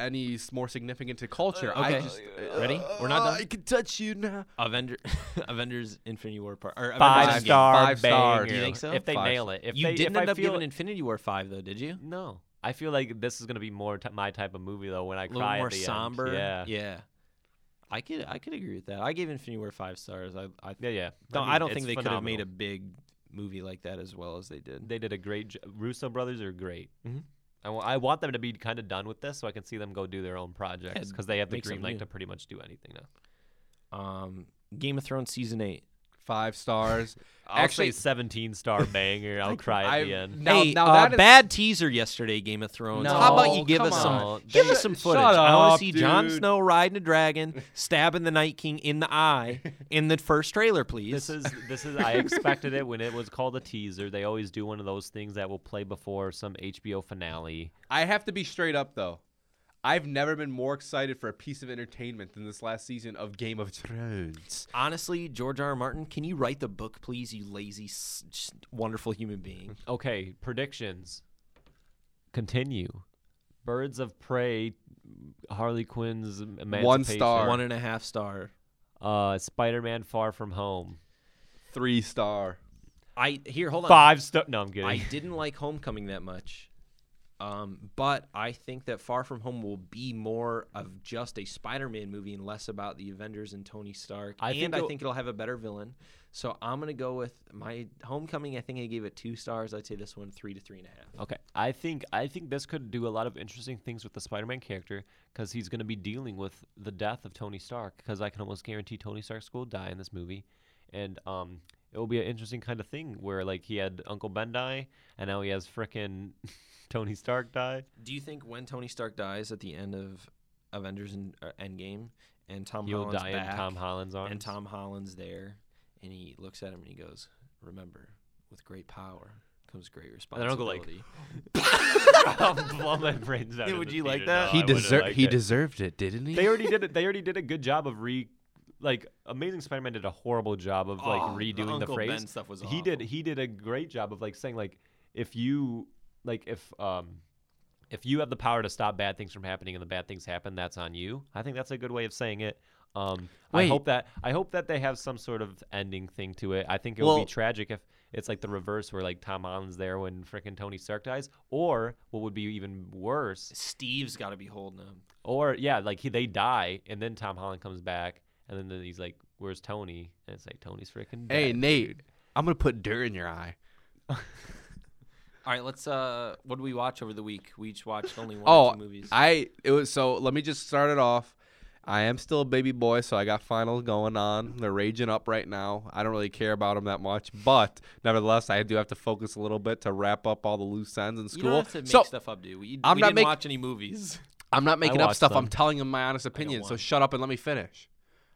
S3: any s- more significant to culture. I
S2: okay.
S3: just,
S2: Ready? We're not
S3: Uh,
S2: done?
S3: I can touch you now.
S2: Avenger, <laughs> Avengers Infinity War part. Or
S1: Five,
S2: Avengers Endgame.
S1: star
S3: Five star.
S1: banger.
S2: You think so?
S1: If they
S3: Five
S1: nail it, if
S2: You
S1: they,
S2: didn't
S1: if
S2: end
S1: I
S2: up
S1: feel,
S2: giving Infinity War five though, did you?
S1: No, I feel like this is gonna be more t- my type of movie though. When I
S2: A
S1: cry
S2: little more
S1: at the
S2: somber.
S1: end. Yeah. yeah,
S2: Yeah. I could I could agree with that. I gave Infinity War five stars. I I
S1: yeah,
S2: don't, I,
S1: mean,
S2: don't
S1: it's
S2: think they could have made a
S1: phenomenal.
S2: big movie like that as well as they did.
S1: They did a great. jo- Russo brothers are great.
S2: Mhm.
S1: I wa- I want them to be kind of done with this, so I can see them go do their own projects
S2: Yeah,
S1: because they have the
S2: make
S1: green
S2: something
S1: light
S2: new.
S1: to pretty much do anything now.
S2: Um, Game of Thrones season eight.
S3: Five stars.
S1: I'll
S3: Actually-
S1: say 17 star banger. I'll cry at the
S3: I-
S2: <laughs>
S1: end.
S3: Now-
S2: hey,
S3: now
S2: uh,
S3: that is-
S2: bad teaser yesterday, Game of Thrones.
S1: No,
S2: How about you give
S3: come
S2: us
S1: on.
S2: some? Give
S1: Shut-
S2: us some
S3: shut
S2: footage. I want
S3: up,
S2: to see Jon
S3: dude.
S2: Snow riding a
S3: <laughs>
S2: dragon, stabbing the Night King in the eye in the first trailer, please.
S1: This is this is I expected it when it was called a teaser. They always do one of those things that will play before some HBO finale.
S3: I have to be straight up though. I've never been more excited for a piece of entertainment than this last season of Game of Thrones.
S2: honestly George R. R. Martin. Can you write the book, please? You lazy, s- just wonderful human being.
S1: Okay, predictions. Continue. Birds of Prey, Harley Quinn's Emancipation.
S3: star.
S2: One and a half star.
S1: Uh, Spider-Man: Far From Home.
S3: Three star.
S2: I here. Hold on.
S1: Five star. No, I'm
S2: I
S1: kidding.
S2: didn't like Homecoming that much. Um, but I think that Far From Home will be more of just a Spider-Man movie and less about the Avengers and Tony Stark.
S1: I
S2: and
S1: think
S2: I
S1: it'll-
S2: think it'll have a better villain. So I'm gonna go with my Homecoming. I think I gave it two stars. I'd say this one three to three and a half.
S1: Okay, I think I think this could do a lot of interesting things with the Spider-Man character because he's going to be dealing with the death of Tony Stark. Because I can almost guarantee Tony Stark's will die in this movie, and um, it will be an interesting kind of thing where like he had Uncle Ben die, and now he has frickin' <laughs> Tony Stark die.
S2: Do you think when Tony Stark dies at the end of Avengers and, uh, Endgame and Tom
S1: He'll
S2: Holland's
S1: die
S2: back
S1: in Tom Holland's arms.
S2: and Tom Holland's there and he looks at him and he goes, "Remember, with great power comes great
S1: And then I'll go like,
S2: responsibility."
S1: <laughs> I'll blow my brains out.
S2: Yeah,
S1: in
S2: would
S1: the
S2: you like
S1: theater.
S2: that?
S1: No,
S2: He
S1: I wouldn't like it.
S3: deserved it, didn't he?
S1: They already did it. They already did a good job of re, like Amazing Spider-Man did a horrible job of like
S2: Oh, the
S1: redoing the,
S2: Uncle
S1: phrase.
S2: Ben stuff was
S1: he did
S2: awful.
S1: he did a great job of like saying like if you like if um if you have the power to stop bad things from happening and the bad things happen that's on you i think that's a good way of saying it um i
S2: Wait.
S1: hope that i hope that they have some sort of ending thing to it i think it would
S2: Well-
S1: be tragic if it's like the reverse where like tom holland's there when frickin' tony stark dies or what would be even worse
S2: Steve's got to be holding him.
S1: or yeah like he, they die and then tom holland comes back and then he's like where's tony and it's like tony's frickin' dead.
S3: hey, Nate, I'm gonna put dirt in your eye.
S2: All right, let's. Uh, what did we watch over the week? We each
S3: <laughs>
S2: watched only one or
S3: Oh,
S2: two movies.
S3: I it was so. Let me just start it off. I am still a baby boy, so I got finals going on. They're raging up right now. I don't really care about them that much, but nevertheless, I do have to focus a little bit to wrap up all the loose ends in
S2: you
S3: school.
S2: don't have to make
S3: so
S2: stuff up, dude. We,
S3: I'm
S2: we
S3: not
S2: didn't
S3: make-
S2: watch any
S3: <laughs>
S2: movies.
S3: I'm not making up
S1: watched
S3: stuff.
S1: them.
S3: I'm telling them my honest opinion. So
S2: want-
S3: shut up and let me finish.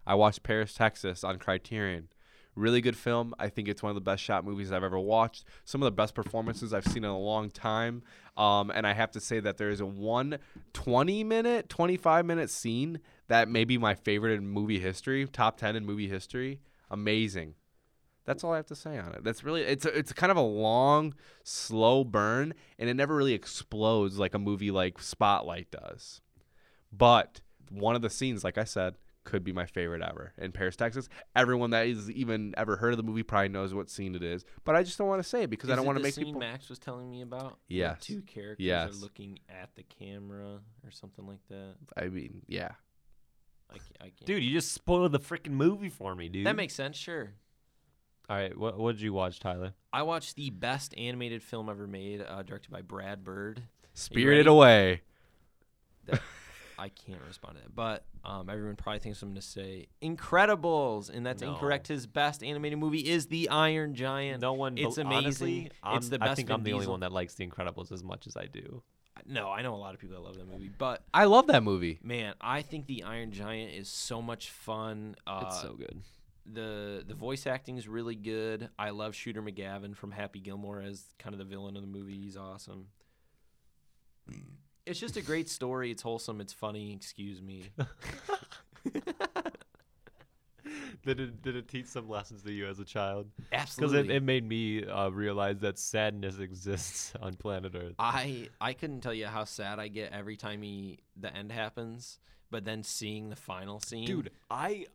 S3: I watched Paris, Texas on Criterion. Really good film. I think it's one of the best shot movies I've ever watched. Some of the best performances I've seen in a long time. Um, and I have to say that there is a one 20 minute, 25 minute scene that may be my favorite in movie history, top 10 in movie history. Amazing. That's all I have to say on it. That's really it's a, it's kind of a long, slow burn, and it never really explodes like a movie like Spotlight does. But one of the scenes, like I said, could be my favorite ever in Paris, Texas. Everyone that is even ever heard of the movie probably knows what scene it is, but I just don't want to say it because I
S2: Is
S3: don't
S2: it
S3: want to
S2: the
S3: make
S2: scene
S3: people.
S2: Max was telling me about. The
S3: Yes.
S2: two characters
S3: Yes.
S2: are looking at the camera or something like that.
S3: I mean, yeah,
S2: I can't, I can't.
S1: Dude, you just spoiled the freaking movie for me, dude.
S2: that makes sense. Sure.
S1: All right, what what did you watch, Tyler?
S2: I watched the best animated film ever made, uh, directed by Brad Bird.
S3: Spirited
S2: ready?
S3: Away.
S2: I can't respond to that, but um, everyone probably thinks I'm going to say Incredibles, and that's
S1: No.
S2: incorrect. His best animated movie is The Iron Giant.
S1: No one.
S2: It's
S1: bel-
S2: amazing.
S1: honestly, I'm-
S2: it's the
S1: I
S2: best.
S1: think
S2: Vin
S1: I'm the only
S2: Diesel-
S1: one that likes The Incredibles as much as I do.
S2: No, I know a lot of people that love that movie, but
S3: I love that movie.
S2: man, I think The Iron Giant is so much fun. Uh,
S1: it's so good.
S2: the the voice acting is really good. I love Shooter McGavin from Happy Gilmore as kind of the villain of the movie. He's awesome. It's just a great story.
S1: <laughs>
S2: It's wholesome. It's funny. Excuse me.
S1: <laughs> did it did it teach some lessons to you as a child? Because
S2: Absolutely.
S1: it, it made me uh, realize that sadness <laughs> exists on planet Earth.
S2: I I couldn't tell you how sad I get every time he the end happens, but then seeing the final scene,
S1: dude i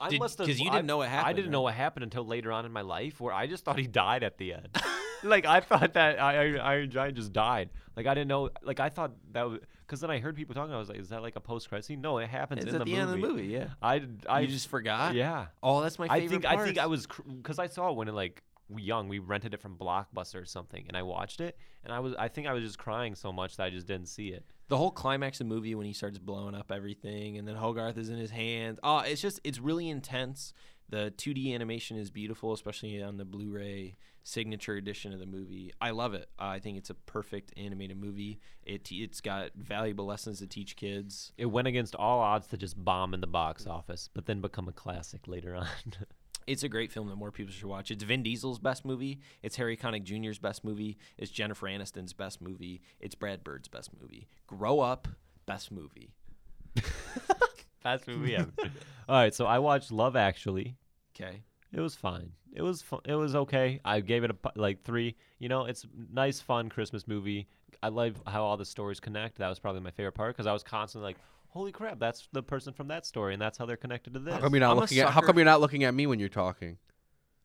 S1: i
S2: Did-
S1: must have
S2: 'cause you
S1: I-
S2: didn't know what
S1: i
S2: happened,
S1: didn't know
S2: right?
S1: what happened until later on in my life where i just thought he died at the
S2: <laughs>
S1: end like i thought that iron, iron giant just died like i didn't know like i thought that was because then i heard people talking i was like is that like a post-credit scene no it happens
S2: It's
S1: in
S2: at the,
S1: movie.
S2: end of the movie. Yeah,
S1: i i
S2: you just forgot.
S1: yeah
S2: Oh, that's my favorite.
S1: i think i think i
S2: parts.
S1: was because i saw it when it like we- young we rented it from blockbuster or something and i watched it and i was i think i was just crying so much that i just didn't see it
S2: the whole climax of the movie when he starts blowing up everything and then Hogarth is in his hands. Oh, it's just it's really intense. The 2D animation is beautiful, especially on the Blu-ray signature edition of the movie. I love it. I think it's a perfect animated movie. It it's got valuable lessons to teach kids.
S1: it went against all odds to just bomb in the box office but then become a classic later <laughs> on
S2: It's a great film that more people should watch. It's Vin Diesel's best movie. It's Harry Connick Jr.'s best movie. It's Jennifer Aniston's best movie. It's Brad Bird's best movie. Grow up, best movie.
S1: Fast movie ever. <laughs> All right, so I watched Love Actually.
S2: Okay.
S1: It was fine. It was fun. It was okay. I gave it a pu- like three. You know, it's nice, fun Christmas movie. I love how all the stories connect. That was probably my favorite part because I was constantly like, "Holy crap, that's the person from that story, and that's how they're connected to this."
S3: How come you're not
S2: I'm a
S3: looking at? How
S2: sucker.
S3: come you're not looking at me when you're talking?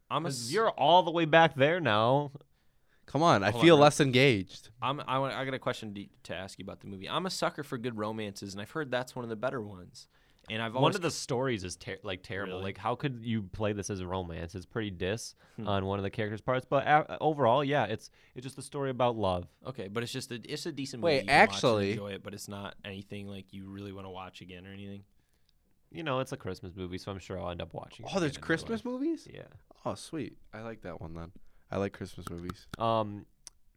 S2: I'm a
S1: 'Cause you're all the way back there now.
S3: Come on, I
S2: Hold on,
S3: feel
S2: man.
S3: less engaged.
S2: I'm, I, wa- I got a question to, to ask you about the movie. I'm a sucker for good romances, and I've heard that's one of the better ones. And I've
S1: One
S2: always
S1: of the stories is ter- like terrible.
S2: Really?
S1: Like, how could you play this as a romance? It's pretty diss
S2: Hmm.
S1: on one of the characters' parts. But a- overall, yeah, it's it's just a story about love.
S2: okay, but it's just a, it's a decent movie.
S3: Wait,
S2: You can watch and
S3: actually-
S2: enjoy it, but it's not anything like you really want to watch again or anything.
S1: You know, it's a Christmas movie, so I'm sure I'll end up watching. it
S3: Oh, there's
S1: again in my life.
S3: Christmas movies.
S1: Yeah.
S3: Oh, sweet. I like that one then. I like Christmas movies.
S1: Um,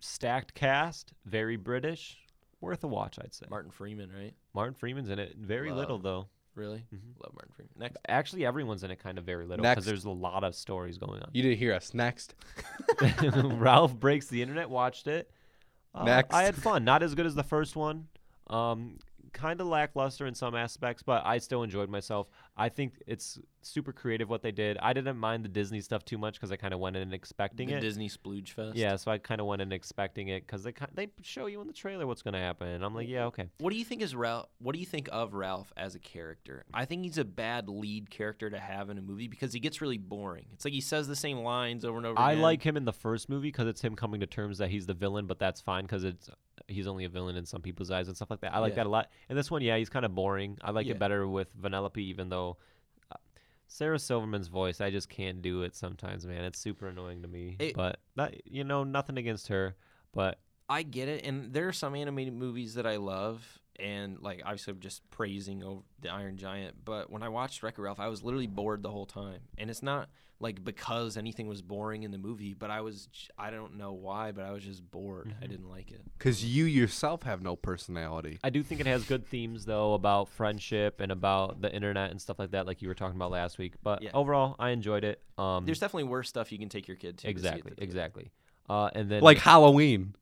S1: stacked cast, very British, worth a watch, I'd say.
S2: Martin Freeman, right?
S1: Martin Freeman's in it, very little
S2: Love.
S1: though.
S2: Really?
S1: Mhm.
S2: Love Martin Freeman. Next,
S1: Actually, everyone's in it kind of very little because
S3: Next.
S1: there's a lot of stories going
S3: <laughs>
S1: on. <laughs>
S3: You didn't hear us. Next.
S1: Ralph breaks the internet. Watched it. Uh,
S3: Next.
S1: I had fun. Not as good as the first one. Um, kind of lackluster in some aspects, but I still enjoyed myself. I think it's super creative what they did. I didn't mind the Disney stuff too much because I kind of went in expecting
S2: the
S1: it.
S2: Disney Splooge Fest.
S1: Yeah, so I kind of went in expecting it because they ki- they show you in the trailer what's gonna happen, and I'm like, yeah, okay.
S2: What do you think is Ralph? What do you think of Ralph as a character? I think he's a bad lead character to have in a movie because he gets really boring. It's like he says the same lines over and over.
S1: I
S2: again.
S1: like him in the first movie because it's him coming to terms that he's the villain, but that's fine because it's he's only a villain in some people's eyes and stuff like that. I like
S2: Yeah.
S1: that a lot. And this one, yeah, he's kind of boring. I like
S2: Yeah.
S1: it better with Vanellope, even though uh, Sarah Silverman's voice, I just can't do it sometimes, man. It's super annoying to me.
S2: It-
S1: but not, you know, nothing against her, but
S2: I get it, and there are some animated movies that I love, and like obviously I'm just praising over the Iron Giant. But when I watched Wreck-It Ralph, I was literally bored the whole time, and it's not like because anything was boring in the movie, but I was j- I don't know why, but I was just bored. I
S1: Mm-hmm.
S2: didn't like it.
S3: Because you yourself have no personality.
S1: I do think it has good themes though about friendship and about the internet and stuff like that, like you were talking about last week. But
S2: Yeah.
S1: overall, I enjoyed it. Um,
S2: There's definitely worse stuff you can take your kid to. to see at
S1: exactly,
S2: the theater.
S1: exactly. Uh, and then
S3: Like Halloween.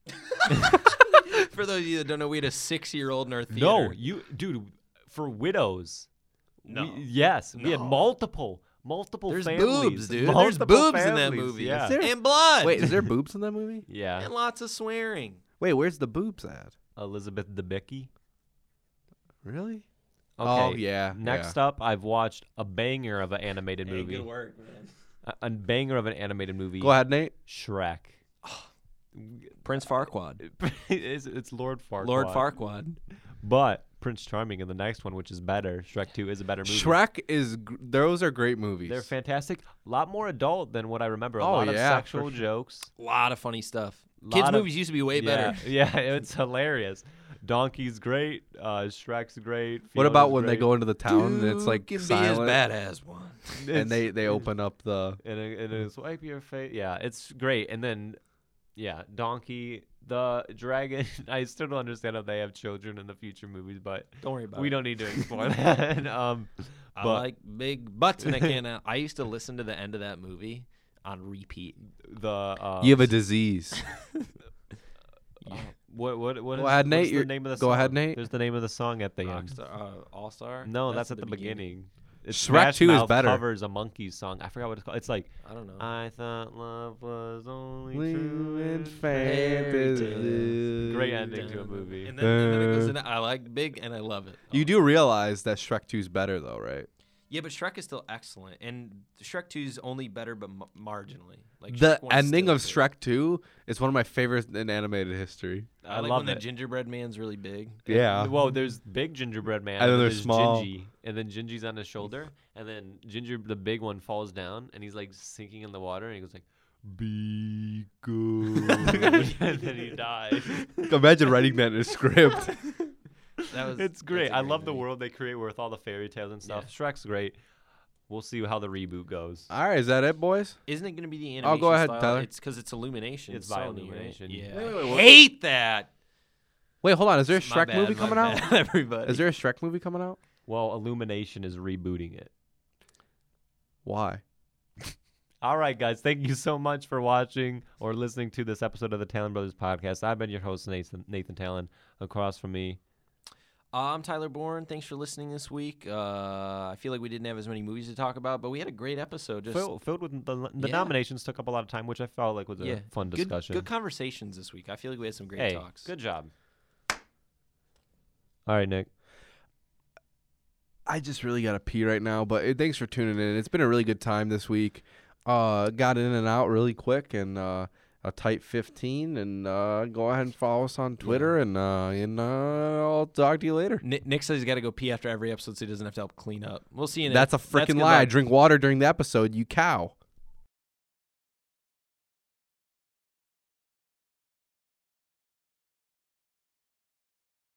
S2: For those of you that don't know, we had a six-year-old in our theater.
S1: no, you dude for widows. we-
S2: No.
S1: yes, we had
S2: No.
S1: multiple, multiple.
S2: There's
S1: families,
S2: boobs, dude. There's
S1: multiple
S2: boobs in that
S1: families,
S2: movie.
S1: Yeah,
S3: There-
S2: And blood.
S3: Wait, is there boobs in
S1: <laughs>
S3: that movie?
S1: yeah.
S2: <laughs> and lots of swearing.
S3: Wait, where's the boobs at?
S1: Elizabeth Debicki.
S3: Really?
S1: Okay.
S3: Oh yeah.
S1: Next up, I've watched a banger of an animated movie.
S2: work, man.
S1: a, a banger of an animated movie.
S3: yeah. Go ahead, Nate.
S2: <laughs>
S1: Shrek.
S2: Prince Farquaad.
S1: it's, it's Lord Farquaad.
S2: Lord Farquaad.
S1: But Prince Charming in the next one, which is better, Shrek 2 is a better movie.
S3: Shrek is. gr- Those are great movies.
S1: They're fantastic. A lot more adult than what I remember. A
S3: Oh,
S1: lot
S3: yeah,
S1: of sexual
S3: for sure.
S1: jokes.
S2: A lot of funny stuff. Kids'
S1: Lot of-
S2: movies used to be way better.
S1: <laughs> Yeah, yeah, it's hilarious. Donkey's great. Uh, Shrek's great.
S3: what about
S1: Fiona's
S3: when they
S1: great.
S3: go into the town and it's like
S2: give
S3: silent,
S2: me his badass one.
S1: It's- <laughs>
S3: and they they open up the.
S1: and it, and it's wipe your face. Yeah, it's great. And then, yeah, Donkey the dragon. <laughs> I still don't understand how they have children in the future movies, but
S2: Don't worry about
S1: we
S2: it.
S1: don't need to explore <laughs> that. um,
S2: I
S1: but-
S2: like big butts and I <laughs> can't. I used to listen to the end of that movie on repeat.
S1: the uh,
S3: You have a disease.
S1: uh, what what what
S3: Go
S1: is-
S3: ahead,
S1: what
S3: Nate,
S1: is the
S3: you're-
S1: name of the
S3: go ahead,
S1: song?
S3: Nate.
S1: There's the name of the song at the end.
S2: Rockstar, uh, All Star.
S1: No, that's, at the, beginning. it's
S3: Shrek 2 is
S1: Mouth
S3: better. Oh.
S1: Covers a monkey's song. I forgot what it's called. It's like
S2: I don't know.
S1: I thought love was <laughs> only
S4: Blue
S1: true
S4: and
S1: and
S4: fantasy.
S1: Great ending to a movie.
S2: And then, and then it goes into I like big and I love it.
S3: You do realize that Shrek 2 is better though, right?
S2: Yeah, but Shrek is still excellent, and Shrek Two is only better, but m- marginally. Like
S3: the
S2: Shrek 1's
S3: ending
S2: still
S3: of
S2: good.
S3: Shrek 2 is one of my favorites in animated history.
S2: I,
S1: I
S2: like
S1: love
S2: when the
S1: it.
S2: gingerbread man's really big.
S3: Yeah.
S1: Well, there's big gingerbread man,
S3: And then
S1: and
S3: there's
S1: there's
S3: small.
S1: Gingy, and then Gingy's on his shoulder, and then Ginger, the big one, falls down, and he's like sinking in the water, and he goes like, <laughs>
S3: <laughs> Be
S1: and then he dies.
S3: Imagine writing that in
S2: <laughs>
S3: a script.
S2: That
S1: <laughs>
S2: was
S1: It's great.
S2: that's a
S1: I love the
S2: movie.
S1: world they create with all the fairy tales and stuff. Shrek's great. We'll see how the reboot goes.
S3: All right, is that it, boys?
S2: Isn't it going to be the animation?
S3: Oh, go ahead,
S2: style?
S3: Tyler.
S2: It's because it's Illumination.
S1: It's by
S2: Sony,
S1: Illumination.
S2: Right? Yeah.
S1: Wait,
S2: I hate that.
S3: Wait, hold on. Is there a
S2: My
S3: Shrek
S2: bad,
S3: movie
S2: my
S3: coming out?
S2: bad, <laughs> Everybody.
S3: Is there a Shrek movie coming out?
S1: Well, Illumination is rebooting it.
S3: Why?
S1: All right, guys. Thank you so much for watching or listening to this episode of the Talon Brothers podcast. I've been your host, Nathan, Nathan Talon. Across from me,
S2: I'm Tyler Bourne. Thanks for listening this week. Uh, I feel like we didn't have as many movies to talk about, but we had a great episode. Just
S1: fill- filled with the, the
S2: Yeah.
S1: nominations, took up a lot of time, which I felt like was a
S2: yeah,
S1: fun
S2: Good-
S1: discussion.
S2: Good, conversations this week. I feel like we had some great
S1: hey,
S2: talks.
S1: good job. All right, Nick.
S3: I just really gotta pee right now. But uh, thanks for tuning in. It's been a really good time this week. Uh, got in and out really quick, and uh, a tight fifteen. And uh, go ahead and follow us on Twitter, and uh, and uh, I'll talk to you later.
S2: Nick, Nick says he's got to go pee after every episode, so he doesn't have to help clean up. We'll see you. Nick.
S3: That's a
S2: good
S3: freaking lie. I
S2: luck.
S3: drink water during the episode. You cow.